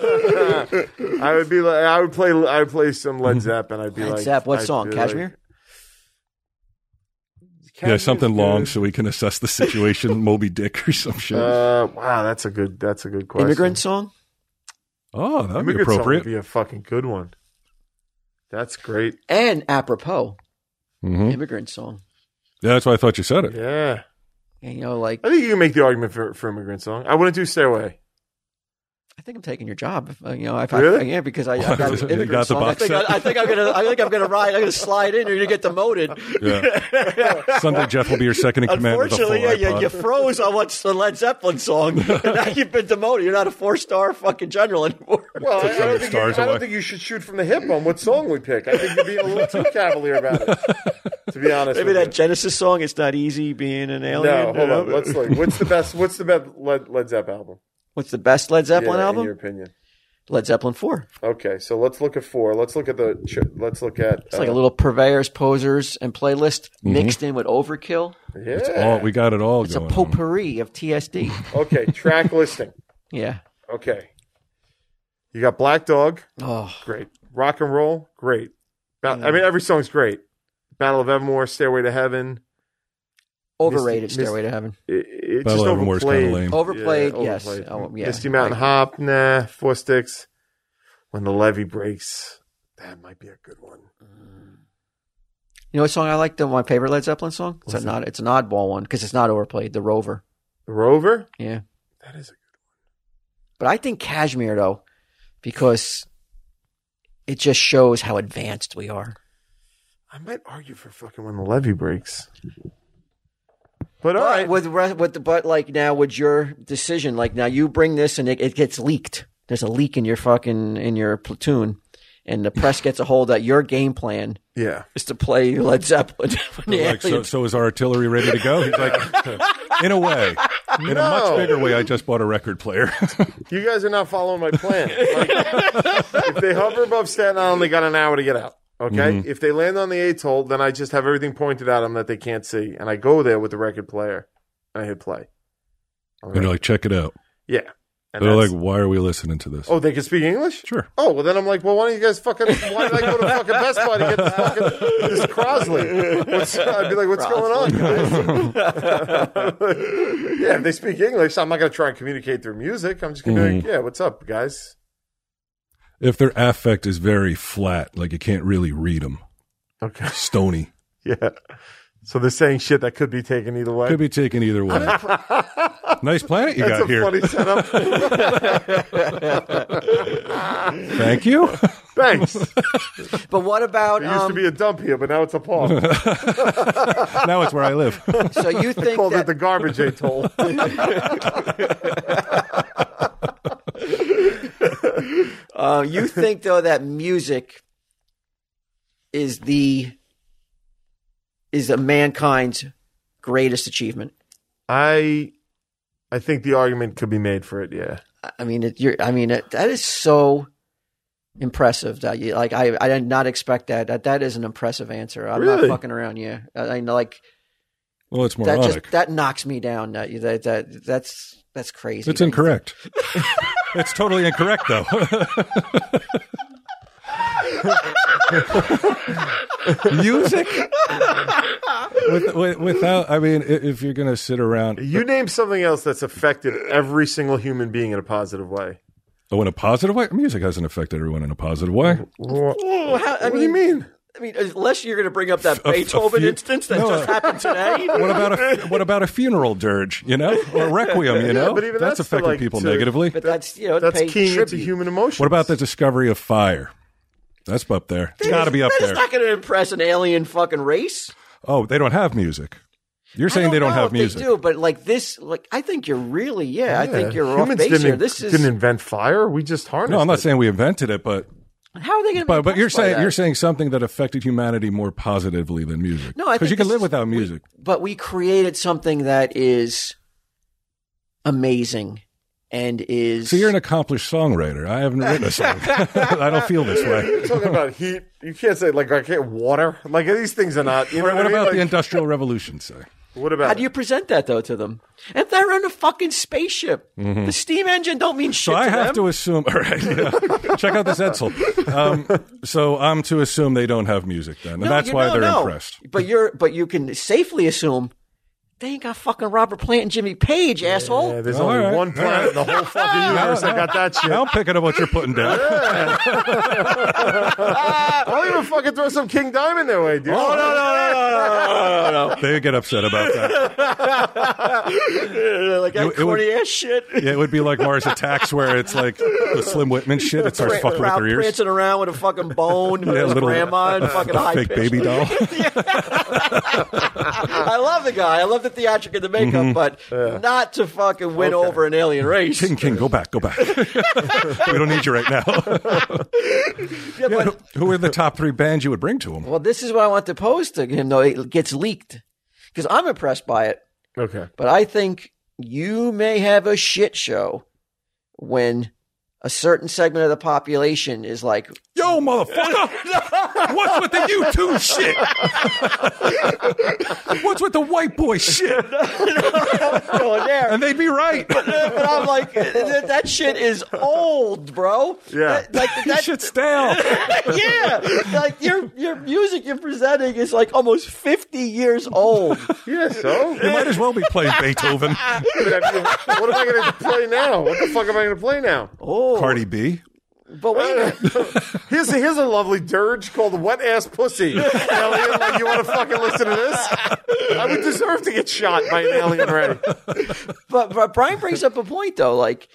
[SPEAKER 3] would be like, I would play, I would play some Led Zepp, and I'd be
[SPEAKER 2] Led
[SPEAKER 3] like,
[SPEAKER 2] Zepp, what
[SPEAKER 3] I'd
[SPEAKER 2] song?
[SPEAKER 3] be
[SPEAKER 2] Cashmere?
[SPEAKER 3] like-
[SPEAKER 1] Yeah, something
[SPEAKER 3] Cashmere's
[SPEAKER 1] long
[SPEAKER 3] good.
[SPEAKER 1] so we can assess the situation. Moby Dick or some shit.
[SPEAKER 3] Uh, wow, that's a good, that's a good question.
[SPEAKER 2] Immigrant song?
[SPEAKER 1] oh, that'd be
[SPEAKER 3] Immigrant song
[SPEAKER 1] appropriate.
[SPEAKER 3] would be a fucking good one. That's great.
[SPEAKER 2] And apropos,
[SPEAKER 1] Mhm.
[SPEAKER 2] immigrant song.
[SPEAKER 1] Yeah, that's why I thought you said it.
[SPEAKER 3] Yeah,
[SPEAKER 2] And, you know, like
[SPEAKER 3] I think you can make the argument for, for immigrant song. I wouldn't do Stairway.
[SPEAKER 2] I think I'm taking your job. Uh, you know, if I,
[SPEAKER 3] Really?
[SPEAKER 2] yeah, because I, I got
[SPEAKER 1] You
[SPEAKER 2] this immigrant
[SPEAKER 1] got the
[SPEAKER 2] song. I
[SPEAKER 1] box
[SPEAKER 2] think, I,
[SPEAKER 1] set?
[SPEAKER 2] I think I'm gonna, I think I'm gonna ride. I'm gonna slide in, or you get demoted.
[SPEAKER 1] Sunday Jeff will be your second in command with a full
[SPEAKER 2] Unfortunately, yeah, you,
[SPEAKER 1] iPod.
[SPEAKER 2] you froze on what's the Led Zeppelin song, and now you've been demoted. You're not a four star fucking general anymore.
[SPEAKER 3] Well, I,
[SPEAKER 1] some
[SPEAKER 3] I
[SPEAKER 1] of
[SPEAKER 3] don't,
[SPEAKER 1] the
[SPEAKER 3] think you,
[SPEAKER 1] stars
[SPEAKER 3] I don't
[SPEAKER 1] away.
[SPEAKER 3] think you should shoot from the hip on what song we pick. I think you're being a little too cavalier about it. To be honest,
[SPEAKER 2] Maybe
[SPEAKER 3] with
[SPEAKER 2] that
[SPEAKER 3] you.
[SPEAKER 2] Genesis song. It's not easy being an alien.
[SPEAKER 3] No, hold on. Let's look. What's the best? What's the best Led, Led Zepp album?
[SPEAKER 2] What's the best Led Zeppelin
[SPEAKER 3] Yeah,
[SPEAKER 2] album?
[SPEAKER 3] in your opinion.
[SPEAKER 2] Led Zeppelin Four.
[SPEAKER 3] Okay, so let's look at four. Let's look at the. ch- Let's look at.
[SPEAKER 2] It's like a little purveyors, posers, and playlist mixed in with overkill.
[SPEAKER 3] uh, yeah.
[SPEAKER 1] All- Oh, we got it all
[SPEAKER 2] It's a
[SPEAKER 1] Mm-hmm. going. on.
[SPEAKER 2] potpourri of TSD.
[SPEAKER 3] okay, track listing.
[SPEAKER 2] yeah.
[SPEAKER 3] Okay, you got Black Dog.
[SPEAKER 2] Oh,
[SPEAKER 3] Great. Rock and roll. Great. Ba- I mean, every song's great. Battle of Evermore, Stairway to Heaven.
[SPEAKER 2] overrated.
[SPEAKER 3] Misty-
[SPEAKER 2] Stairway to Heaven.
[SPEAKER 3] It, it's
[SPEAKER 1] Battle
[SPEAKER 3] just
[SPEAKER 1] of Evermore is
[SPEAKER 3] overplayed.
[SPEAKER 1] kind of lame.
[SPEAKER 2] Overplayed.
[SPEAKER 3] Yeah,
[SPEAKER 2] yes.
[SPEAKER 3] overplayed.
[SPEAKER 2] Oh, yeah.
[SPEAKER 3] Misty Mountain Hop, nah. Four Sticks. When the Levee Breaks, that might be a good one.
[SPEAKER 2] You know what song I like? The, my favorite Led Zeppelin song. It's
[SPEAKER 3] What's
[SPEAKER 2] a not. It's an oddball one because it's not overplayed. The Rover.
[SPEAKER 3] The Rover,
[SPEAKER 2] Yeah.
[SPEAKER 3] that is a
[SPEAKER 2] But I think Cashmere though, because it just shows how advanced we are.
[SPEAKER 3] I might argue for fucking When the Levee Breaks. But all
[SPEAKER 2] But
[SPEAKER 3] right,
[SPEAKER 2] with re- with the, but like now with your decision, like now you bring this and it, it gets leaked. There's a leak in your fucking in your platoon, and the press gets a hold that your game plan
[SPEAKER 3] yeah.
[SPEAKER 2] is to play Led Zeppelin. when the
[SPEAKER 1] Like, so,
[SPEAKER 2] aliens-
[SPEAKER 1] so is our artillery ready to go? He's like, in a way, in a much
[SPEAKER 3] No.
[SPEAKER 1] bigger way. I just bought a record player.
[SPEAKER 3] You guys are not following my plan. Like, if they hover above Staten Island, they got an hour to get out. Okay. If they land on the eighth hole, then I just have everything pointed at them that they can't see, and I go there with the record player and I hit play. All
[SPEAKER 1] and
[SPEAKER 3] right.
[SPEAKER 1] they're like, check it out.
[SPEAKER 3] yeah. And
[SPEAKER 1] they're like,
[SPEAKER 3] that's-
[SPEAKER 1] why are we listening to this?
[SPEAKER 3] oh, they can speak English.
[SPEAKER 1] Sure.
[SPEAKER 3] Oh well, then I'm like, well, why don't you guys fucking? Why did I go to fucking Best Buy to get this fucking this Crosley? What's, I'd be like, what's going on? Guys? yeah, if they speak English, I'm not gonna try and communicate through music. I'm just gonna be like, yeah, what's up, guys?
[SPEAKER 1] If their affect is very flat, like you can't really read them,
[SPEAKER 3] Okay.
[SPEAKER 1] stony.
[SPEAKER 3] Yeah. So they're saying shit that could be taken either way.
[SPEAKER 1] Could be taken either way. nice planet you
[SPEAKER 3] That's
[SPEAKER 1] got
[SPEAKER 3] a
[SPEAKER 1] here.
[SPEAKER 3] funny setup.
[SPEAKER 1] Thank you.
[SPEAKER 3] Thanks. There
[SPEAKER 2] but what about
[SPEAKER 3] used to
[SPEAKER 2] um,
[SPEAKER 3] be a dump here, but now it's a park.
[SPEAKER 1] now it's where I live.
[SPEAKER 2] um, so you think
[SPEAKER 3] Called it
[SPEAKER 2] that
[SPEAKER 3] the garbage ate hole.
[SPEAKER 2] uh, you think though that music is the is a mankind's greatest achievement.
[SPEAKER 3] I, I think the argument could be made for it. Yeah.
[SPEAKER 2] I mean, it, you're, I mean, it, that is so impressive that you like. I I did not expect that. That that is an impressive answer. I'm
[SPEAKER 3] Really?
[SPEAKER 2] not fucking around. Yeah, I, I know, like
[SPEAKER 1] Well, it's
[SPEAKER 2] that
[SPEAKER 1] moronic.
[SPEAKER 2] just that knocks me down. That you that that that's that's crazy.
[SPEAKER 1] it's incorrect. it's totally incorrect, though. Music with, with, without. I mean, i- if you're gonna sit around,
[SPEAKER 3] You name something else that's affected every single human being in a positive way.
[SPEAKER 1] oh, in a positive way, music hasn't affected everyone in a positive way.
[SPEAKER 3] What,
[SPEAKER 2] Well, how- I
[SPEAKER 3] do you
[SPEAKER 2] mean,
[SPEAKER 3] mean?
[SPEAKER 2] I mean, unless you're going to bring up that
[SPEAKER 1] a
[SPEAKER 2] Beethoven
[SPEAKER 1] few-
[SPEAKER 2] instance that
[SPEAKER 1] No,
[SPEAKER 2] just
[SPEAKER 1] uh,
[SPEAKER 2] happened today.
[SPEAKER 1] What about a what about a funeral dirge? You know, or requiem? You know,
[SPEAKER 3] but even that's
[SPEAKER 1] that's,
[SPEAKER 3] to,
[SPEAKER 1] affecting
[SPEAKER 3] like,
[SPEAKER 1] people
[SPEAKER 3] to-
[SPEAKER 1] negatively.
[SPEAKER 2] but that's you know
[SPEAKER 3] That's
[SPEAKER 2] paying
[SPEAKER 3] keying
[SPEAKER 2] tribute.
[SPEAKER 3] into human emotions.
[SPEAKER 1] What about the discovery of fire? That's up there. It's got to be up
[SPEAKER 2] That
[SPEAKER 1] there.
[SPEAKER 2] is not going to impress an alien fucking race.
[SPEAKER 1] oh, they don't have music. You're saying they don't
[SPEAKER 2] know
[SPEAKER 1] have
[SPEAKER 2] if
[SPEAKER 1] music.
[SPEAKER 2] They do, but like this, like I think you're really, yeah, I think you're
[SPEAKER 3] Humans
[SPEAKER 2] off base
[SPEAKER 3] didn't,
[SPEAKER 2] here. This is
[SPEAKER 3] didn't invent fire. We just harnessed.
[SPEAKER 1] No, I'm
[SPEAKER 3] it.
[SPEAKER 1] not saying we invented it, but
[SPEAKER 2] how are they going to?
[SPEAKER 1] but but you're saying you're saying something that affected humanity more positively than music.
[SPEAKER 2] No, I
[SPEAKER 1] because
[SPEAKER 2] think
[SPEAKER 1] you can
[SPEAKER 2] this
[SPEAKER 1] live
[SPEAKER 2] is-
[SPEAKER 1] without music.
[SPEAKER 2] but we created something that is amazing and is.
[SPEAKER 1] so you're an accomplished songwriter. I haven't written a song. I don't feel this way.
[SPEAKER 3] You're talking about heat. You can't say like I can't water. Like these things are not. You know
[SPEAKER 1] What,
[SPEAKER 3] what, I mean?
[SPEAKER 1] about the
[SPEAKER 3] Like,
[SPEAKER 1] Industrial Revolution? Say
[SPEAKER 3] what about?
[SPEAKER 2] how do you present that though to them? If they're on a fucking spaceship, the steam engine don't mean shit.
[SPEAKER 1] Mm-hmm. so. I
[SPEAKER 2] to
[SPEAKER 1] have
[SPEAKER 2] them.
[SPEAKER 1] to assume. All right, yeah. check out this Edsel. Um, so I'm to assume they don't have music then, and
[SPEAKER 2] No,
[SPEAKER 1] that's
[SPEAKER 2] you
[SPEAKER 1] why
[SPEAKER 2] know,
[SPEAKER 1] they're
[SPEAKER 2] no.
[SPEAKER 1] impressed.
[SPEAKER 2] But you're, but you can safely assume they ain't got fucking Robert Plant and Jimmy Page, asshole.
[SPEAKER 3] Yeah, there's
[SPEAKER 1] All
[SPEAKER 3] only
[SPEAKER 1] right.
[SPEAKER 3] one planet in the whole fucking universe that got that shit.
[SPEAKER 1] Now I'm picking up what you're putting down.
[SPEAKER 3] I'll even fucking throw some King Diamond their way, dude.
[SPEAKER 1] Oh no no no no! They would get upset about that.
[SPEAKER 2] like that
[SPEAKER 1] It- it would-
[SPEAKER 2] corny ass shit.
[SPEAKER 1] Yeah, it would be like Mars Attacks, where it's like the Slim Whitman shit. It starts fucking with
[SPEAKER 2] Ralph
[SPEAKER 1] their ears.
[SPEAKER 2] prancing around with a fucking bone, with
[SPEAKER 1] Yeah,
[SPEAKER 2] his
[SPEAKER 1] little-
[SPEAKER 2] grandma, and fucking
[SPEAKER 1] A
[SPEAKER 2] high
[SPEAKER 1] fake
[SPEAKER 2] pitch.
[SPEAKER 1] baby doll.
[SPEAKER 2] I love the guy. I love the theatric and the makeup,
[SPEAKER 1] Mm-hmm.
[SPEAKER 2] but not to fucking win over an alien race.
[SPEAKER 1] King, King, go back, go back. we don't need you right now.
[SPEAKER 2] Yeah, but-
[SPEAKER 1] Who are the top three bands you would bring to him?
[SPEAKER 2] well, this is what I want to pose to him, though. It gets leaked because I'm impressed by it,
[SPEAKER 3] Okay.
[SPEAKER 2] but I think you may have a shit show when a certain segment of the population is like,
[SPEAKER 1] Yo, motherfucker! What's with the U2 shit? What's with the white boy shit?
[SPEAKER 2] going "Oh, there.
[SPEAKER 1] And they'd be right.
[SPEAKER 2] but I'm like, that, that shit is old, bro.
[SPEAKER 3] Yeah.
[SPEAKER 2] That- like
[SPEAKER 1] That
[SPEAKER 2] that.
[SPEAKER 1] shit's stale.
[SPEAKER 2] yeah, like your your music you're presenting is like almost 50 years old.
[SPEAKER 3] Yeah, so?
[SPEAKER 1] You might as well be playing Beethoven.
[SPEAKER 3] what am I going to play now? What the fuck am I going to play now?
[SPEAKER 2] Oh,
[SPEAKER 1] Cardi B.
[SPEAKER 2] but wait, a minute.
[SPEAKER 3] Here's a, here's a lovely dirge called Wet Ass Pussy. alien, like, you want to fucking listen to this? I would deserve to get shot by an alien ray.
[SPEAKER 2] but, but Brian brings up a point though. Like,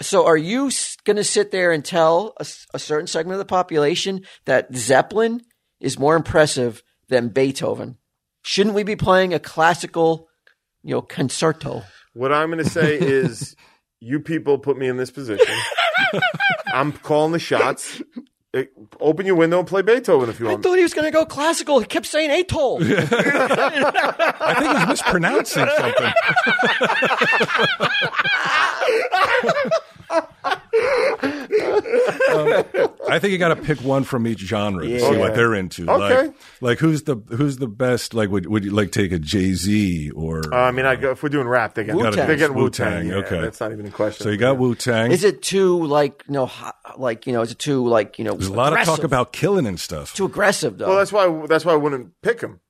[SPEAKER 2] so are you going to sit there and tell a, s- a certain segment of the population that Zeppelin is more impressive than Beethoven? Shouldn't we be playing a classical, you know, concerto?
[SPEAKER 3] What I'm going to say is, you people put me in this position. I'm calling the shots. Eh, Open your window and play Beethoven if you
[SPEAKER 2] I
[SPEAKER 3] want.
[SPEAKER 2] thought he was going to go classical. He kept saying atoll.
[SPEAKER 1] I think he's mispronouncing something. Um, I think you got to pick one from each genre to see what
[SPEAKER 3] Yeah.
[SPEAKER 1] they're into.
[SPEAKER 3] Okay.
[SPEAKER 1] Like, like who's the who's the best? Like, would would you like take a Jay Z or?
[SPEAKER 3] Uh, I mean, I go, if we're doing rap, they got
[SPEAKER 2] Wu-Tang.
[SPEAKER 3] They got Wu
[SPEAKER 1] Wu-Tang,
[SPEAKER 3] Tang.
[SPEAKER 1] okay.
[SPEAKER 3] that's not even a question.
[SPEAKER 1] so you got Wu Tang.
[SPEAKER 2] Is it too like you know, hot, like you know, is it too like you know,
[SPEAKER 1] There's a lot of
[SPEAKER 2] aggressive?
[SPEAKER 1] talk about killing and stuff.
[SPEAKER 2] too aggressive though?
[SPEAKER 3] Well, that's why that's why I wouldn't pick him.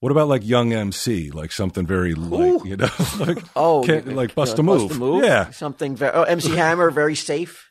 [SPEAKER 1] What about like Young MC? Like something very light, you know? like,
[SPEAKER 2] oh,
[SPEAKER 1] can't-
[SPEAKER 2] you-
[SPEAKER 1] like
[SPEAKER 2] uh,
[SPEAKER 1] bust a move. Yeah.
[SPEAKER 2] something. Very, oh, MC Hammer, very safe.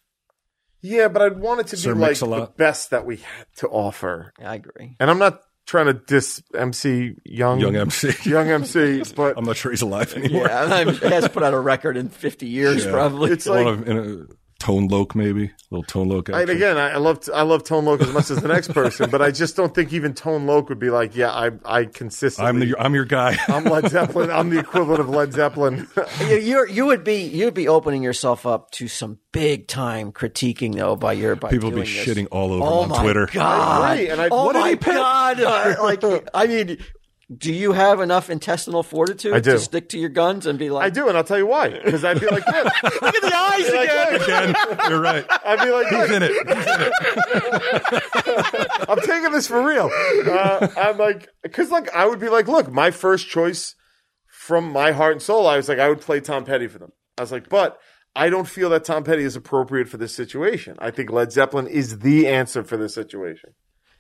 [SPEAKER 3] Yeah, but I'd want it to
[SPEAKER 1] Sir
[SPEAKER 3] be like
[SPEAKER 1] Mix-a-Lot.
[SPEAKER 3] the best that we had to offer.
[SPEAKER 2] I agree.
[SPEAKER 3] And I'm not trying to diss MC Young.
[SPEAKER 1] Young MC.
[SPEAKER 3] Young MC, but
[SPEAKER 1] I'm not sure he's alive anymore.
[SPEAKER 2] Yeah, I'm, it has put out a record in 50 years probably.
[SPEAKER 3] it's
[SPEAKER 1] One
[SPEAKER 3] like.
[SPEAKER 1] of- in a- Tone Loke, maybe a little Tone Loke.
[SPEAKER 3] And
[SPEAKER 1] action.
[SPEAKER 3] again, I I love I love Tone Loc as much as the next person, but I just don't think even Tone Loc would be like, yeah, I I consistently
[SPEAKER 1] I'm the I'm your guy.
[SPEAKER 3] I'm Led Zeppelin. I'm the equivalent of Led Zeppelin.
[SPEAKER 2] you, you're, you would be you'd be opening yourself up to some big time critiquing though by your by
[SPEAKER 1] People be
[SPEAKER 2] doing this.
[SPEAKER 1] shitting all over
[SPEAKER 2] Oh
[SPEAKER 1] on
[SPEAKER 2] my
[SPEAKER 1] Twitter.
[SPEAKER 2] god!
[SPEAKER 3] agree, and I-
[SPEAKER 2] oh
[SPEAKER 3] what did
[SPEAKER 2] my
[SPEAKER 3] he pick?
[SPEAKER 2] god! Uh, like I mean, do you have enough intestinal fortitude
[SPEAKER 3] I do.
[SPEAKER 2] to stick to your guns and be like,
[SPEAKER 3] I do, and I'll tell you why. Because I'd be like, this.
[SPEAKER 2] Look at the eyes again.
[SPEAKER 1] Again, you're right.
[SPEAKER 3] I'd be like,
[SPEAKER 1] He's
[SPEAKER 3] this.
[SPEAKER 1] in it.
[SPEAKER 3] I'm taking this for real. Uh, I'm like, because like I would be like, look, my first choice from my heart and soul, I was like, I would play Tom Petty for them. I was like, but I don't feel that Tom Petty is appropriate for this situation. I think Led Zeppelin is the answer for this situation.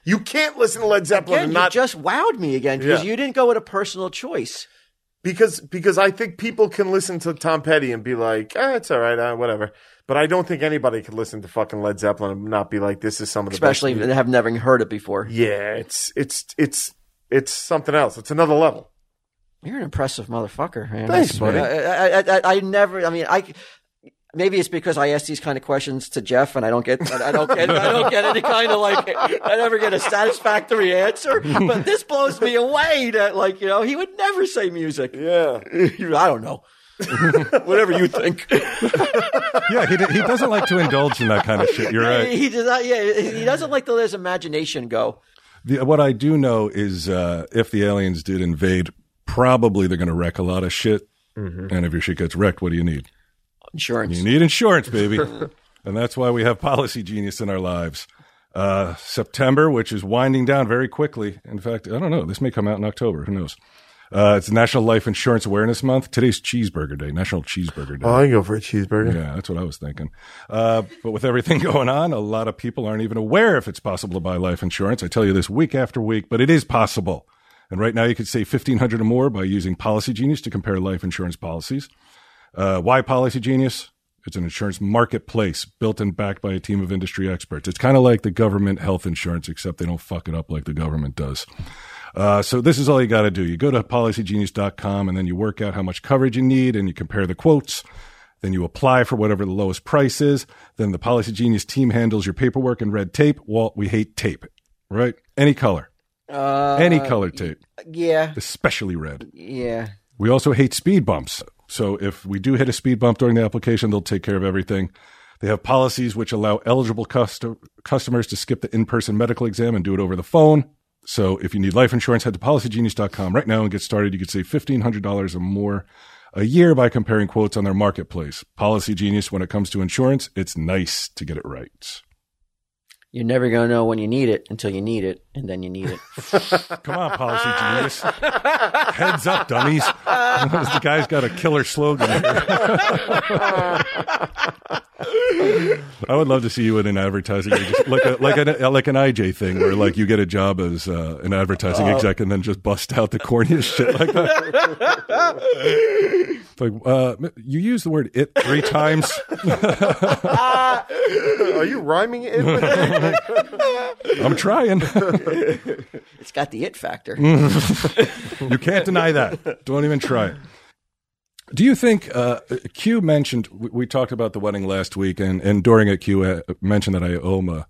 [SPEAKER 3] You can't listen to Led Zeppelin
[SPEAKER 2] Again,
[SPEAKER 3] and
[SPEAKER 2] you
[SPEAKER 3] not
[SPEAKER 2] just wowed me again because
[SPEAKER 3] Yeah.
[SPEAKER 2] you didn't go with a personal choice.
[SPEAKER 3] because because I think people can listen to Tom Petty and be like, eh, it's all right, uh, whatever. But I don't think anybody could listen to fucking Led Zeppelin and not be like, this is some of the best
[SPEAKER 2] Especially if they have never heard it before.
[SPEAKER 3] Yeah, it's it's it's it's something else. It's another level.
[SPEAKER 2] You're an impressive motherfucker, man.
[SPEAKER 3] Thanks, buddy.
[SPEAKER 2] I, I, I, I never. I mean, I. Maybe it's because I ask these kind of questions to Jeff, and I don't get. I don't get. I don't get any kind of like. I never get a satisfactory answer. But this blows me away that like you know he would never say music.
[SPEAKER 3] Yeah.
[SPEAKER 2] You- I don't know. Whatever you think.
[SPEAKER 1] Yeah, he, d- he doesn't like to indulge in that kind of shit. You're right.
[SPEAKER 2] He does not. Yeah, he doesn't like to let his imagination go.
[SPEAKER 1] The, what I do know is uh, if the aliens did invade, probably they're going to wreck a lot of shit. And if your shit gets wrecked, what do you need?
[SPEAKER 2] Insurance.
[SPEAKER 1] You need insurance, baby. and that's why we have Policy Genius in our lives. Uh, September, which is winding down very quickly. In fact, I don't know. This may come out in October. Who knows? Uh, it's National Life Insurance Awareness Month. Today's Cheeseburger Day, National Cheeseburger Day.
[SPEAKER 3] I can go for a cheeseburger.
[SPEAKER 1] Yeah, that's what I was thinking. Uh, but with everything going on, a lot of people aren't even aware if it's possible to buy life insurance. I tell you this week after week, but it is possible. And right now, you could save fifteen hundred or more by using Policy Genius to compare life insurance policies. Uh, why Policy Genius? It's an insurance marketplace built and backed by a team of industry experts. It's kind of like the government health insurance, except they don't fuck it up like the government does. Uh, so this is all you got to do. You go to policygenius.com and then you work out how much coverage you need and you compare the quotes. Then you apply for whatever the lowest price is. Then the Policy Genius team handles your paperwork and red tape. Walt, we hate tape, right? Any color,
[SPEAKER 2] Uh,
[SPEAKER 1] any color tape,
[SPEAKER 2] Yeah.
[SPEAKER 1] especially red.
[SPEAKER 2] Yeah.
[SPEAKER 1] We also hate speed bumps. So if we do hit a speed bump during the application, they'll take care of everything. They have policies which allow eligible custo- customers to skip the in person medical exam and do it over the phone. So if you need life insurance, head to policygenius.com right now and get started. You could save $1,500 or more a year by comparing quotes on their marketplace. Policy Genius, when it comes to insurance, it's nice to get it right.
[SPEAKER 2] You're never going to know when you need it until you need it, and then you need it.
[SPEAKER 1] Come on, Policy Genius. Heads up, dummies. the guy's got a killer slogan. I would love to see you in an advertising, agency, like a, like an like an IJ thing, where like you get a job as uh, an advertising exec and then just bust out the corniest shit like that. like uh, you use the word "it" three times.
[SPEAKER 3] Are you rhyming it? Oh, with it?
[SPEAKER 1] I'm trying.
[SPEAKER 2] it's got the it factor.
[SPEAKER 1] You can't deny that. Don't even try it. Do you think uh, Q mentioned we, we talked about the wedding last week, and, and during it, Q uh, mentioned that I owe him a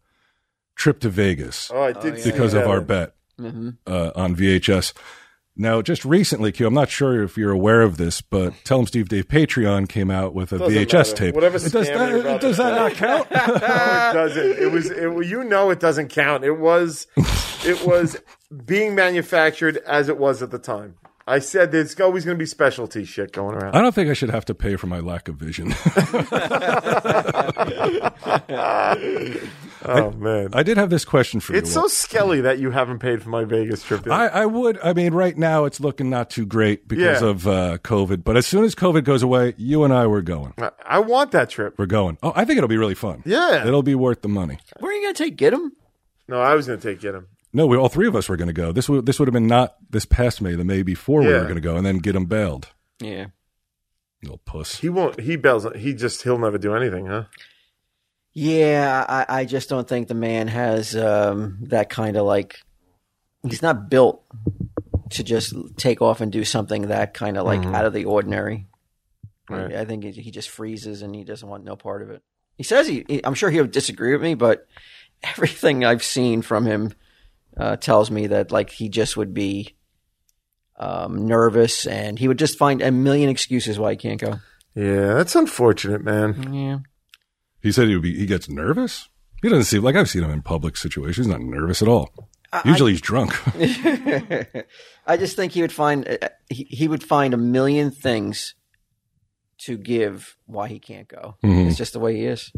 [SPEAKER 1] trip to Vegas
[SPEAKER 3] oh, I did see
[SPEAKER 1] because of
[SPEAKER 3] that.
[SPEAKER 1] our bet
[SPEAKER 2] hmm
[SPEAKER 1] uh, on VHS. Now, just recently, Q, I'm not sure if you're aware of this, but Tell 'em Steve Dave Patreon came out with a
[SPEAKER 3] Doesn't
[SPEAKER 1] VHS
[SPEAKER 3] matter.
[SPEAKER 1] tape.
[SPEAKER 3] Whatever
[SPEAKER 1] It does
[SPEAKER 3] scam
[SPEAKER 1] that,
[SPEAKER 3] you're about
[SPEAKER 1] does
[SPEAKER 3] to
[SPEAKER 1] that not count?
[SPEAKER 3] No, it doesn't. It was. It, you know, it doesn't count. It was. It was being manufactured as it was at the time. I said there's always going to be specialty shit going around.
[SPEAKER 1] I don't think I should have to pay for my lack of vision.
[SPEAKER 3] Oh man,
[SPEAKER 1] I did have this question for you.
[SPEAKER 3] it's so skelly that you haven't paid for my Vegas trip. yet.
[SPEAKER 1] I, I would. I mean, right now it's looking not too great because
[SPEAKER 3] Yeah.
[SPEAKER 1] of uh, COVID. But as soon as COVID goes away, you and I we're going.
[SPEAKER 3] I, I want that trip.
[SPEAKER 1] We're going. Oh, I think it'll be really fun.
[SPEAKER 3] Uh. Yeah.
[SPEAKER 1] it'll be worth the money.
[SPEAKER 2] Where are you going to take get him?
[SPEAKER 3] No, I was going to take get him.
[SPEAKER 1] No, we all three of us were going to go. This would this would have been not this past May, the May before we
[SPEAKER 3] Yeah.
[SPEAKER 1] were going to go, and then get him bailed.
[SPEAKER 2] Yeah.
[SPEAKER 1] Little puss.
[SPEAKER 3] He won't. He bails. He just. He'll never do anything, huh?
[SPEAKER 2] Yeah, I, I just don't think the man has um, that kind of like. He's not built to just take off and do something that kind of like out of the ordinary.
[SPEAKER 3] Right.
[SPEAKER 2] I think he, he just freezes and he doesn't want no part of it. He says he, he- I'm sure he'll disagree with me, but everything I've seen from him uh, tells me that like he just would be um, nervous and he would just find a million excuses why he can't go.
[SPEAKER 3] Yeah, that's unfortunate, man.
[SPEAKER 2] Yeah.
[SPEAKER 1] He said he would be. He gets nervous. He doesn't seem like I've seen him in public situations. He's not nervous at all. Usually he's drunk.
[SPEAKER 2] I just think he would find uh, he, he would find a million things to give why he can't go.
[SPEAKER 1] Mhm.
[SPEAKER 2] It's just the way he is.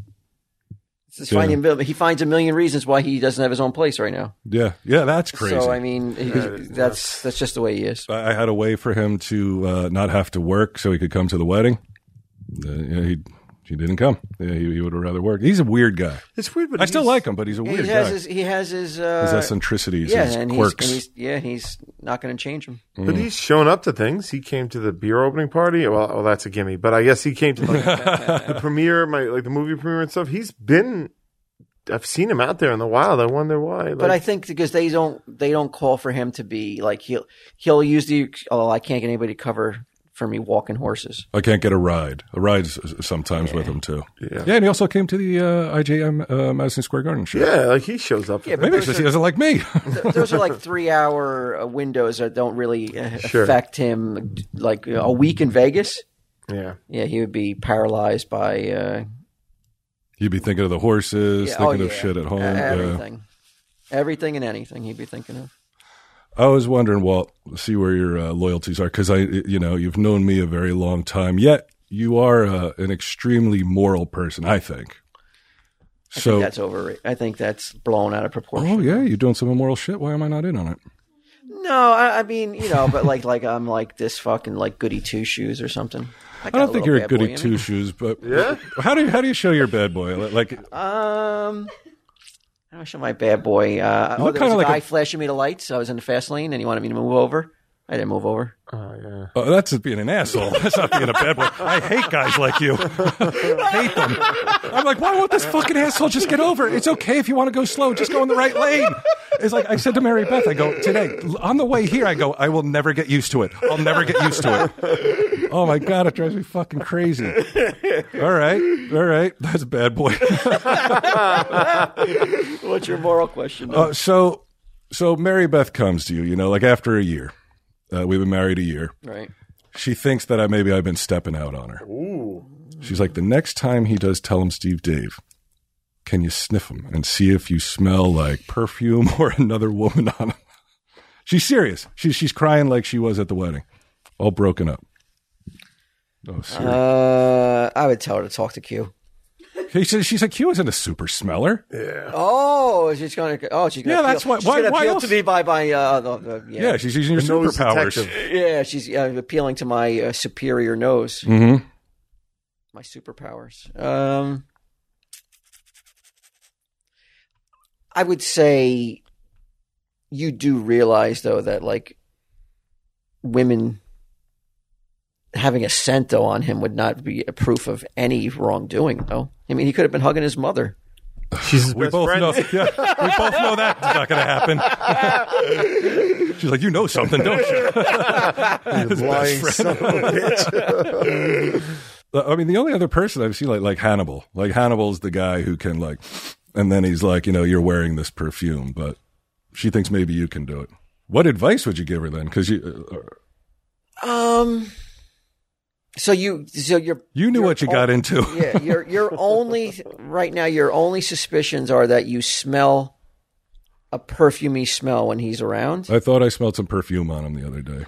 [SPEAKER 2] It's just
[SPEAKER 1] Yeah.
[SPEAKER 2] finding he finds a million reasons why he doesn't have his own place right now.
[SPEAKER 1] yeah, yeah, that's crazy.
[SPEAKER 2] So I mean, he-
[SPEAKER 3] is
[SPEAKER 2] that's that's just the way he is.
[SPEAKER 1] I I had a way for him to uh, not have to work so he could come to the wedding. Uh, yeah, he he didn't come. Yeah, he, he would have rather work. He's a weird guy.
[SPEAKER 3] It's weird, but
[SPEAKER 1] I still like him, but he's a
[SPEAKER 2] He
[SPEAKER 1] weird
[SPEAKER 2] has
[SPEAKER 1] guy.
[SPEAKER 2] his he has his
[SPEAKER 1] his
[SPEAKER 2] uh,
[SPEAKER 1] eccentricities,
[SPEAKER 2] yeah,
[SPEAKER 1] his
[SPEAKER 2] and he's,
[SPEAKER 1] quirks.
[SPEAKER 2] and he's yeah he's not going to change him.
[SPEAKER 1] Mm.
[SPEAKER 3] But he's shown up to things. He came to the beer opening party. Well, oh, that's a gimme. But I guess he came to like, the premiere, my like the movie premiere and stuff. He's been. I've seen him out there in the wild. I wonder why. Like,
[SPEAKER 2] But I think because they don't they don't call for him to be like he'll he'll use the oh I can't get anybody to cover for me walking horses.
[SPEAKER 1] I can't get a ride. A ride's sometimes with him too.
[SPEAKER 3] Yeah.
[SPEAKER 1] and he also came to the uh, IJM uh, Madison Square Garden show.
[SPEAKER 3] yeah, like he shows up.
[SPEAKER 2] Yeah,
[SPEAKER 3] for
[SPEAKER 1] maybe it's just he doesn't like me.
[SPEAKER 2] Th- those are like three hour uh, windows that don't really uh,
[SPEAKER 3] Sure.
[SPEAKER 2] affect him. Like you know, a week in Vegas,
[SPEAKER 3] that. yeah.
[SPEAKER 2] yeah, he would be paralyzed by uh,
[SPEAKER 1] You'd be thinking of the horses,
[SPEAKER 2] yeah,
[SPEAKER 1] thinking
[SPEAKER 2] oh,
[SPEAKER 1] of
[SPEAKER 2] yeah.
[SPEAKER 1] shit at home.
[SPEAKER 2] E-
[SPEAKER 1] yeah.
[SPEAKER 2] everything, everything and anything he'd be thinking of.
[SPEAKER 1] I was wondering, Walt, see where your uh, loyalties are, because I, you know, you've known me a very long time. Yet you are uh, an extremely moral person, I think.
[SPEAKER 2] I
[SPEAKER 1] So,
[SPEAKER 2] think that's overrated. I think that's blown out of proportion.
[SPEAKER 1] oh yeah, you're doing some immoral shit. Why am I not in on it?
[SPEAKER 2] No, I, I mean you know, but like like I'm like this fucking like goody two shoes or something.
[SPEAKER 1] I don't think you're a goody two
[SPEAKER 2] shoes.
[SPEAKER 1] shoes, but
[SPEAKER 3] Yeah?
[SPEAKER 1] How do you how do you show your bad boy? Like,
[SPEAKER 2] Um. I don't show my bad boy. Uh, oh,
[SPEAKER 1] look
[SPEAKER 2] there was
[SPEAKER 1] kinda
[SPEAKER 2] a
[SPEAKER 1] like
[SPEAKER 2] guy
[SPEAKER 1] a-
[SPEAKER 2] flashing me the lights. I was in the fast lane, and he wanted me to move over. I didn't move over.
[SPEAKER 3] Oh yeah.
[SPEAKER 1] Oh, that's being an asshole. That's not being a bad boy. I hate guys like you. hate them. I'm like, why won't this fucking asshole just get over? it? It's okay if you want to go slow. Just go in the right lane. It's like I said to Mary Beth. I go today on the way here. I go. I will never get used to it. I'll never get used to it. Oh my god, it drives me fucking crazy. All right, all right. That's a bad boy.
[SPEAKER 2] What's your moral question?
[SPEAKER 1] Uh, so, so Mary Beth comes to you. You know, like after a year, uh, we've been married a year.
[SPEAKER 2] right.
[SPEAKER 1] She thinks that I maybe I've been stepping out on her. She's like, the next time he does tell him Steve Dave, can you sniff him and see if you smell like perfume or another woman on him? She's serious. She, she's crying like she was at the wedding, all broken up. Oh, serious.
[SPEAKER 2] Uh, I would tell her to talk to Q.
[SPEAKER 1] She says she's like, Q isn't a super smeller.
[SPEAKER 2] Oh, she's going to. Oh, she's going
[SPEAKER 1] Yeah,
[SPEAKER 2] to.
[SPEAKER 1] that's why-
[SPEAKER 2] She's
[SPEAKER 1] why-
[SPEAKER 2] going to
[SPEAKER 1] why
[SPEAKER 2] appeal
[SPEAKER 1] else-
[SPEAKER 2] to me by by. Uh, the, the, yeah.
[SPEAKER 1] Yeah, she's using your
[SPEAKER 3] Nose
[SPEAKER 1] superpowers.
[SPEAKER 3] detective.
[SPEAKER 2] Yeah, she's uh, appealing to my uh, superior nose,
[SPEAKER 1] hmm
[SPEAKER 2] my superpowers. Um, I would say you do realize though that like women having a scent though on him would not be a proof of any wrongdoing though. I mean, he could have been hugging his mother.
[SPEAKER 3] She's his
[SPEAKER 1] We
[SPEAKER 3] best
[SPEAKER 1] both
[SPEAKER 3] friend.
[SPEAKER 1] know. Yeah, we both know that's not going to happen. She's like, you know something, don't you?
[SPEAKER 3] You lying son of a bitch.
[SPEAKER 1] Uh, I mean, the only other person I've seen like like Hannibal. Like Hannibal's the guy who can like, and then he's like, you know, you're wearing this perfume, but she thinks maybe you can do it. What advice would you give her then? Because you uh,
[SPEAKER 2] Um. So you, so you're
[SPEAKER 1] you knew
[SPEAKER 2] you're
[SPEAKER 1] what you got into.
[SPEAKER 2] yeah, your your only right now your only suspicions are that you smell a perfumey smell when he's around.
[SPEAKER 1] I thought I smelled some perfume on him the other day.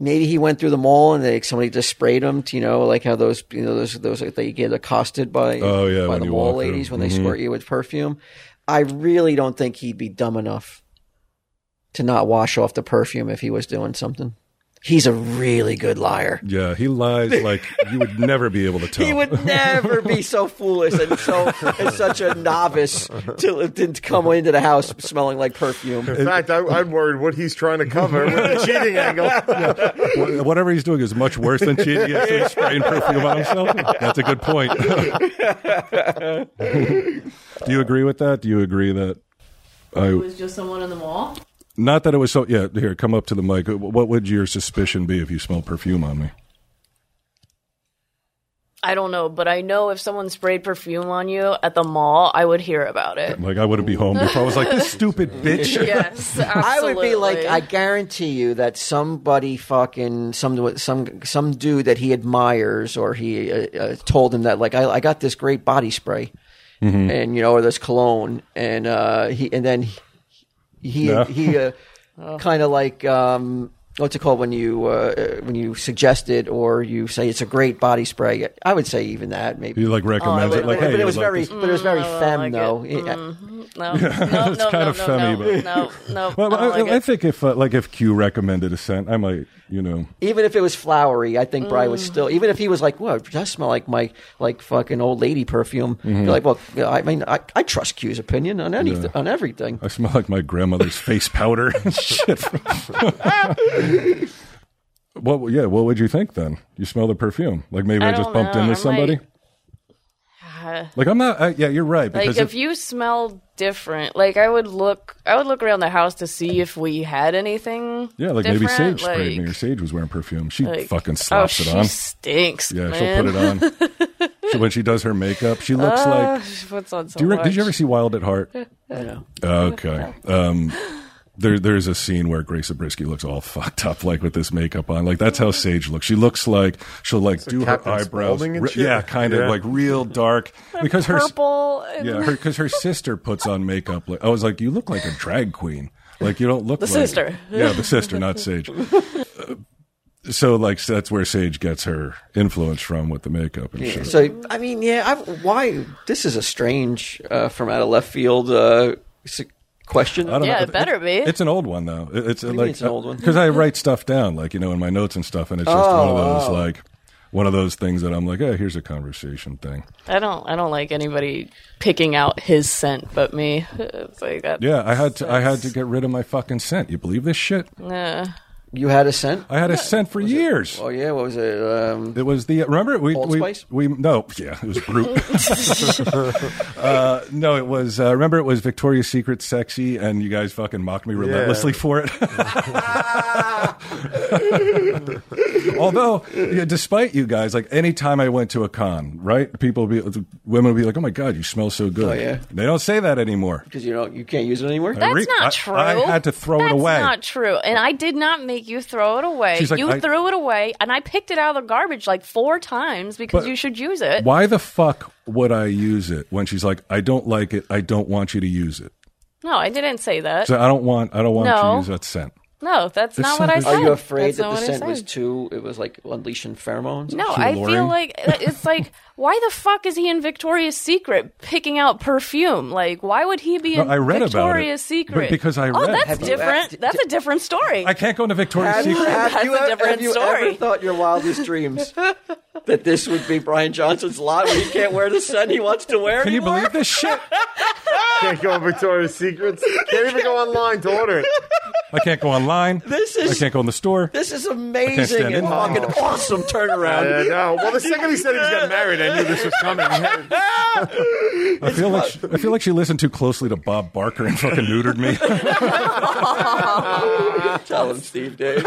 [SPEAKER 2] Maybe he went through the mall and they, somebody just sprayed him. To, you know, like how those you know those those like, they get accosted by
[SPEAKER 1] Oh, yeah,
[SPEAKER 2] by
[SPEAKER 1] when
[SPEAKER 2] the
[SPEAKER 1] you
[SPEAKER 2] mall
[SPEAKER 1] walk through.
[SPEAKER 2] ladies when they
[SPEAKER 1] Mhm.
[SPEAKER 2] squirt you with perfume. I really don't think he'd be dumb enough to not wash off the perfume if he was doing something. He's a really good liar.
[SPEAKER 1] Yeah, he lies like you would never be able to tell.
[SPEAKER 2] He would never be so foolish and so and such a novice to, to come into the house smelling like perfume.
[SPEAKER 3] In fact, I, I'm worried what he's trying to cover with the cheating angle.
[SPEAKER 1] Wha- Whatever he's doing is much worse than cheating. If he's spraying perfume on himself. That's a good point. Do you agree with that? Do you agree that? I,
[SPEAKER 5] It was just someone in the mall.
[SPEAKER 1] Not that it was so. Yeah, here, come up to the mic. What would your suspicion be if you smelled perfume on me?
[SPEAKER 5] I don't know, but I know if someone sprayed perfume on you at the mall, I would hear about it.
[SPEAKER 1] Like I wouldn't be home if I was like this stupid bitch.
[SPEAKER 5] Yes,
[SPEAKER 2] I
[SPEAKER 5] absolutely.
[SPEAKER 2] would be like, I guarantee you that somebody fucking some some some dude that he admires or he uh, uh, told him that like I, I got this great body spray
[SPEAKER 1] Mm-hmm.
[SPEAKER 2] and you know or this cologne and uh, he and then he he,
[SPEAKER 1] Yeah.
[SPEAKER 2] he uh,
[SPEAKER 5] Oh.
[SPEAKER 2] kind of like um, what's it called when you uh, when you suggest it or you say it's a great body spray. I would say even that maybe.
[SPEAKER 1] You like
[SPEAKER 5] Oh,
[SPEAKER 1] recommends
[SPEAKER 2] but,
[SPEAKER 1] it, like
[SPEAKER 2] but-
[SPEAKER 1] hey,
[SPEAKER 2] but
[SPEAKER 1] you
[SPEAKER 2] it was
[SPEAKER 1] like
[SPEAKER 2] very,
[SPEAKER 1] this-
[SPEAKER 2] but it was very femme
[SPEAKER 5] Mm, like it.
[SPEAKER 2] though. Yeah.
[SPEAKER 5] no, no,
[SPEAKER 1] It's
[SPEAKER 5] no,
[SPEAKER 1] kind
[SPEAKER 5] no,
[SPEAKER 1] of
[SPEAKER 5] no,
[SPEAKER 1] femmy,
[SPEAKER 5] no, no, no.
[SPEAKER 1] Well,
[SPEAKER 5] I,
[SPEAKER 1] I,
[SPEAKER 5] don't like
[SPEAKER 1] I
[SPEAKER 5] it.
[SPEAKER 1] think if uh, like if Q recommended a scent, I might, you know,
[SPEAKER 2] even if it was flowery, I think Brian would still. Even if he was like, "Well, it does smell like my like fucking old lady perfume," you're
[SPEAKER 1] Mm-hmm.
[SPEAKER 2] like, "Well, yeah, I mean, I, I trust Q's opinion on anything on everything."
[SPEAKER 1] I smell like my grandmother's face powder and shit. what? Yeah, what would you think then? You smell the perfume? Like maybe I,
[SPEAKER 5] I
[SPEAKER 1] just
[SPEAKER 5] don't
[SPEAKER 1] bumped
[SPEAKER 5] know.
[SPEAKER 1] into
[SPEAKER 5] I'm
[SPEAKER 1] somebody.
[SPEAKER 5] like- Uh,
[SPEAKER 1] Like I'm not. I, yeah, you're right.
[SPEAKER 5] like
[SPEAKER 1] Because
[SPEAKER 5] if you smelled different, like I would look, I would look around the house to see if we had anything.
[SPEAKER 1] yeah, like maybe
[SPEAKER 5] different,
[SPEAKER 1] Sage sprayed me or
[SPEAKER 5] like-
[SPEAKER 1] Sage was wearing perfume. She
[SPEAKER 5] like,
[SPEAKER 1] fucking
[SPEAKER 5] oh,
[SPEAKER 1] slaps
[SPEAKER 5] she
[SPEAKER 1] it on.
[SPEAKER 5] stinks.
[SPEAKER 1] Yeah,
[SPEAKER 5] man.
[SPEAKER 1] she'll put it on. she, when she does her makeup, she looks
[SPEAKER 5] Uh,
[SPEAKER 1] like.
[SPEAKER 5] she puts on so
[SPEAKER 1] Do you re-
[SPEAKER 5] much.
[SPEAKER 1] did you ever see Wild at Heart?
[SPEAKER 2] Yeah.
[SPEAKER 1] Okay. Um, there, there's a scene where Grace Zabriskie looks all fucked up, like with this makeup on. Like that's how Sage looks. She looks like she'll like do her
[SPEAKER 3] Captain
[SPEAKER 1] eyebrows.
[SPEAKER 3] Spaulding and
[SPEAKER 1] re-
[SPEAKER 3] shit?
[SPEAKER 1] yeah, kind of
[SPEAKER 3] Yeah.
[SPEAKER 1] like real dark because her
[SPEAKER 5] purple? and-
[SPEAKER 1] yeah, because her, sister puts on makeup. Like, I was like, you look like a drag queen. Like you don't look the like,
[SPEAKER 5] sister.
[SPEAKER 1] Yeah, the sister, not Sage. Uh, so like so that's where Sage gets her influence from with the makeup and shit.
[SPEAKER 2] So I mean, yeah, I, why this is a strange uh, from out of left field uh, s- question.
[SPEAKER 1] I don't
[SPEAKER 5] Yeah,
[SPEAKER 1] know.
[SPEAKER 5] it better be.
[SPEAKER 1] It's an old one though. It- It's
[SPEAKER 2] mean
[SPEAKER 1] like
[SPEAKER 2] it's an old one?
[SPEAKER 1] because I write stuff down, like you know, in my notes and stuff, and it's just one
[SPEAKER 2] Oh,
[SPEAKER 1] of those like one of those things that I'm like, oh, here's a conversation thing.
[SPEAKER 5] I don't. I don't like anybody picking out his scent, but me. It's like that.
[SPEAKER 1] Yeah, I had to I had to get rid of my fucking scent. You believe this shit?
[SPEAKER 5] nah.
[SPEAKER 2] You had a scent?
[SPEAKER 1] I had a scent for years.
[SPEAKER 2] Oh yeah, what was it? Um,
[SPEAKER 1] It was the remember we
[SPEAKER 2] Old
[SPEAKER 1] we,
[SPEAKER 2] Spice?
[SPEAKER 1] we no yeah it was brute. uh, no, it was uh, remember it was Victoria's Secret sexy, and you guys fucking mocked me relentlessly for it. Although, yeah, despite you guys, like anytime I went to a con, right? People would be women would be like, "Oh my god, you smell so good."
[SPEAKER 2] Oh, yeah.
[SPEAKER 1] They don't say that anymore.
[SPEAKER 2] because you don't, you can't use it anymore.
[SPEAKER 1] I
[SPEAKER 5] That's
[SPEAKER 1] re-
[SPEAKER 5] not
[SPEAKER 1] I-
[SPEAKER 5] true.
[SPEAKER 1] I had to throw it
[SPEAKER 5] That's
[SPEAKER 1] away.
[SPEAKER 5] not true. And I did not make you throw it away.
[SPEAKER 1] She's like,
[SPEAKER 5] you
[SPEAKER 1] I-
[SPEAKER 5] threw it away, and I picked it out of the garbage like four times because
[SPEAKER 1] But-
[SPEAKER 5] you should use it.
[SPEAKER 1] Why the fuck would I use it when she's like, "I don't like it. I don't want you to use it."
[SPEAKER 5] No, I didn't say that.
[SPEAKER 1] So I don't want I don't want you to
[SPEAKER 5] No.
[SPEAKER 1] use that scent.
[SPEAKER 5] no, that's not what I
[SPEAKER 1] something-
[SPEAKER 5] said.
[SPEAKER 1] Are
[SPEAKER 2] Are you afraid
[SPEAKER 5] That's
[SPEAKER 2] that
[SPEAKER 5] not
[SPEAKER 2] the
[SPEAKER 5] what I
[SPEAKER 2] scent was
[SPEAKER 5] said.
[SPEAKER 2] too? It was like unleashing pheromones.
[SPEAKER 5] No, I feel
[SPEAKER 1] alluring?
[SPEAKER 5] like it's like why the fuck is he in Victoria's Secret picking out perfume? Like wy would he be
[SPEAKER 1] No,
[SPEAKER 5] in
[SPEAKER 1] I read about it,
[SPEAKER 5] Victoria's
[SPEAKER 1] but
[SPEAKER 5] Secret?
[SPEAKER 1] because I
[SPEAKER 5] Oh,
[SPEAKER 1] read
[SPEAKER 5] that's
[SPEAKER 1] about it.
[SPEAKER 5] different.
[SPEAKER 2] Have you-
[SPEAKER 5] that's a different story.
[SPEAKER 1] I can't go into Victoria's
[SPEAKER 2] Have,
[SPEAKER 1] Secret.
[SPEAKER 2] have
[SPEAKER 5] That's
[SPEAKER 2] you,
[SPEAKER 5] a
[SPEAKER 2] ever,
[SPEAKER 5] different
[SPEAKER 2] have you
[SPEAKER 5] story.
[SPEAKER 2] ever thought your wildest dreams that this would be Brian Johnson's lot where he can't wear the scent he wants to wear
[SPEAKER 1] Can you
[SPEAKER 2] anymore?
[SPEAKER 1] believe this shit?
[SPEAKER 3] Can't go on Victoria's Secrets. Can't even go online to order it.
[SPEAKER 1] I can't go online.
[SPEAKER 2] This
[SPEAKER 1] I
[SPEAKER 2] is
[SPEAKER 1] can't go in the store.
[SPEAKER 2] this is
[SPEAKER 1] can't stand Oh.
[SPEAKER 2] amazing
[SPEAKER 1] it.
[SPEAKER 2] and fucking awesome
[SPEAKER 3] Yeah,
[SPEAKER 2] turnaround.
[SPEAKER 3] no. Well, the second he said he was getting married, I knew this was coming.
[SPEAKER 1] I feel like she, I feel like she listened too closely to Bob Barker and fucking neutered me.
[SPEAKER 2] Tell him, Steve Dave.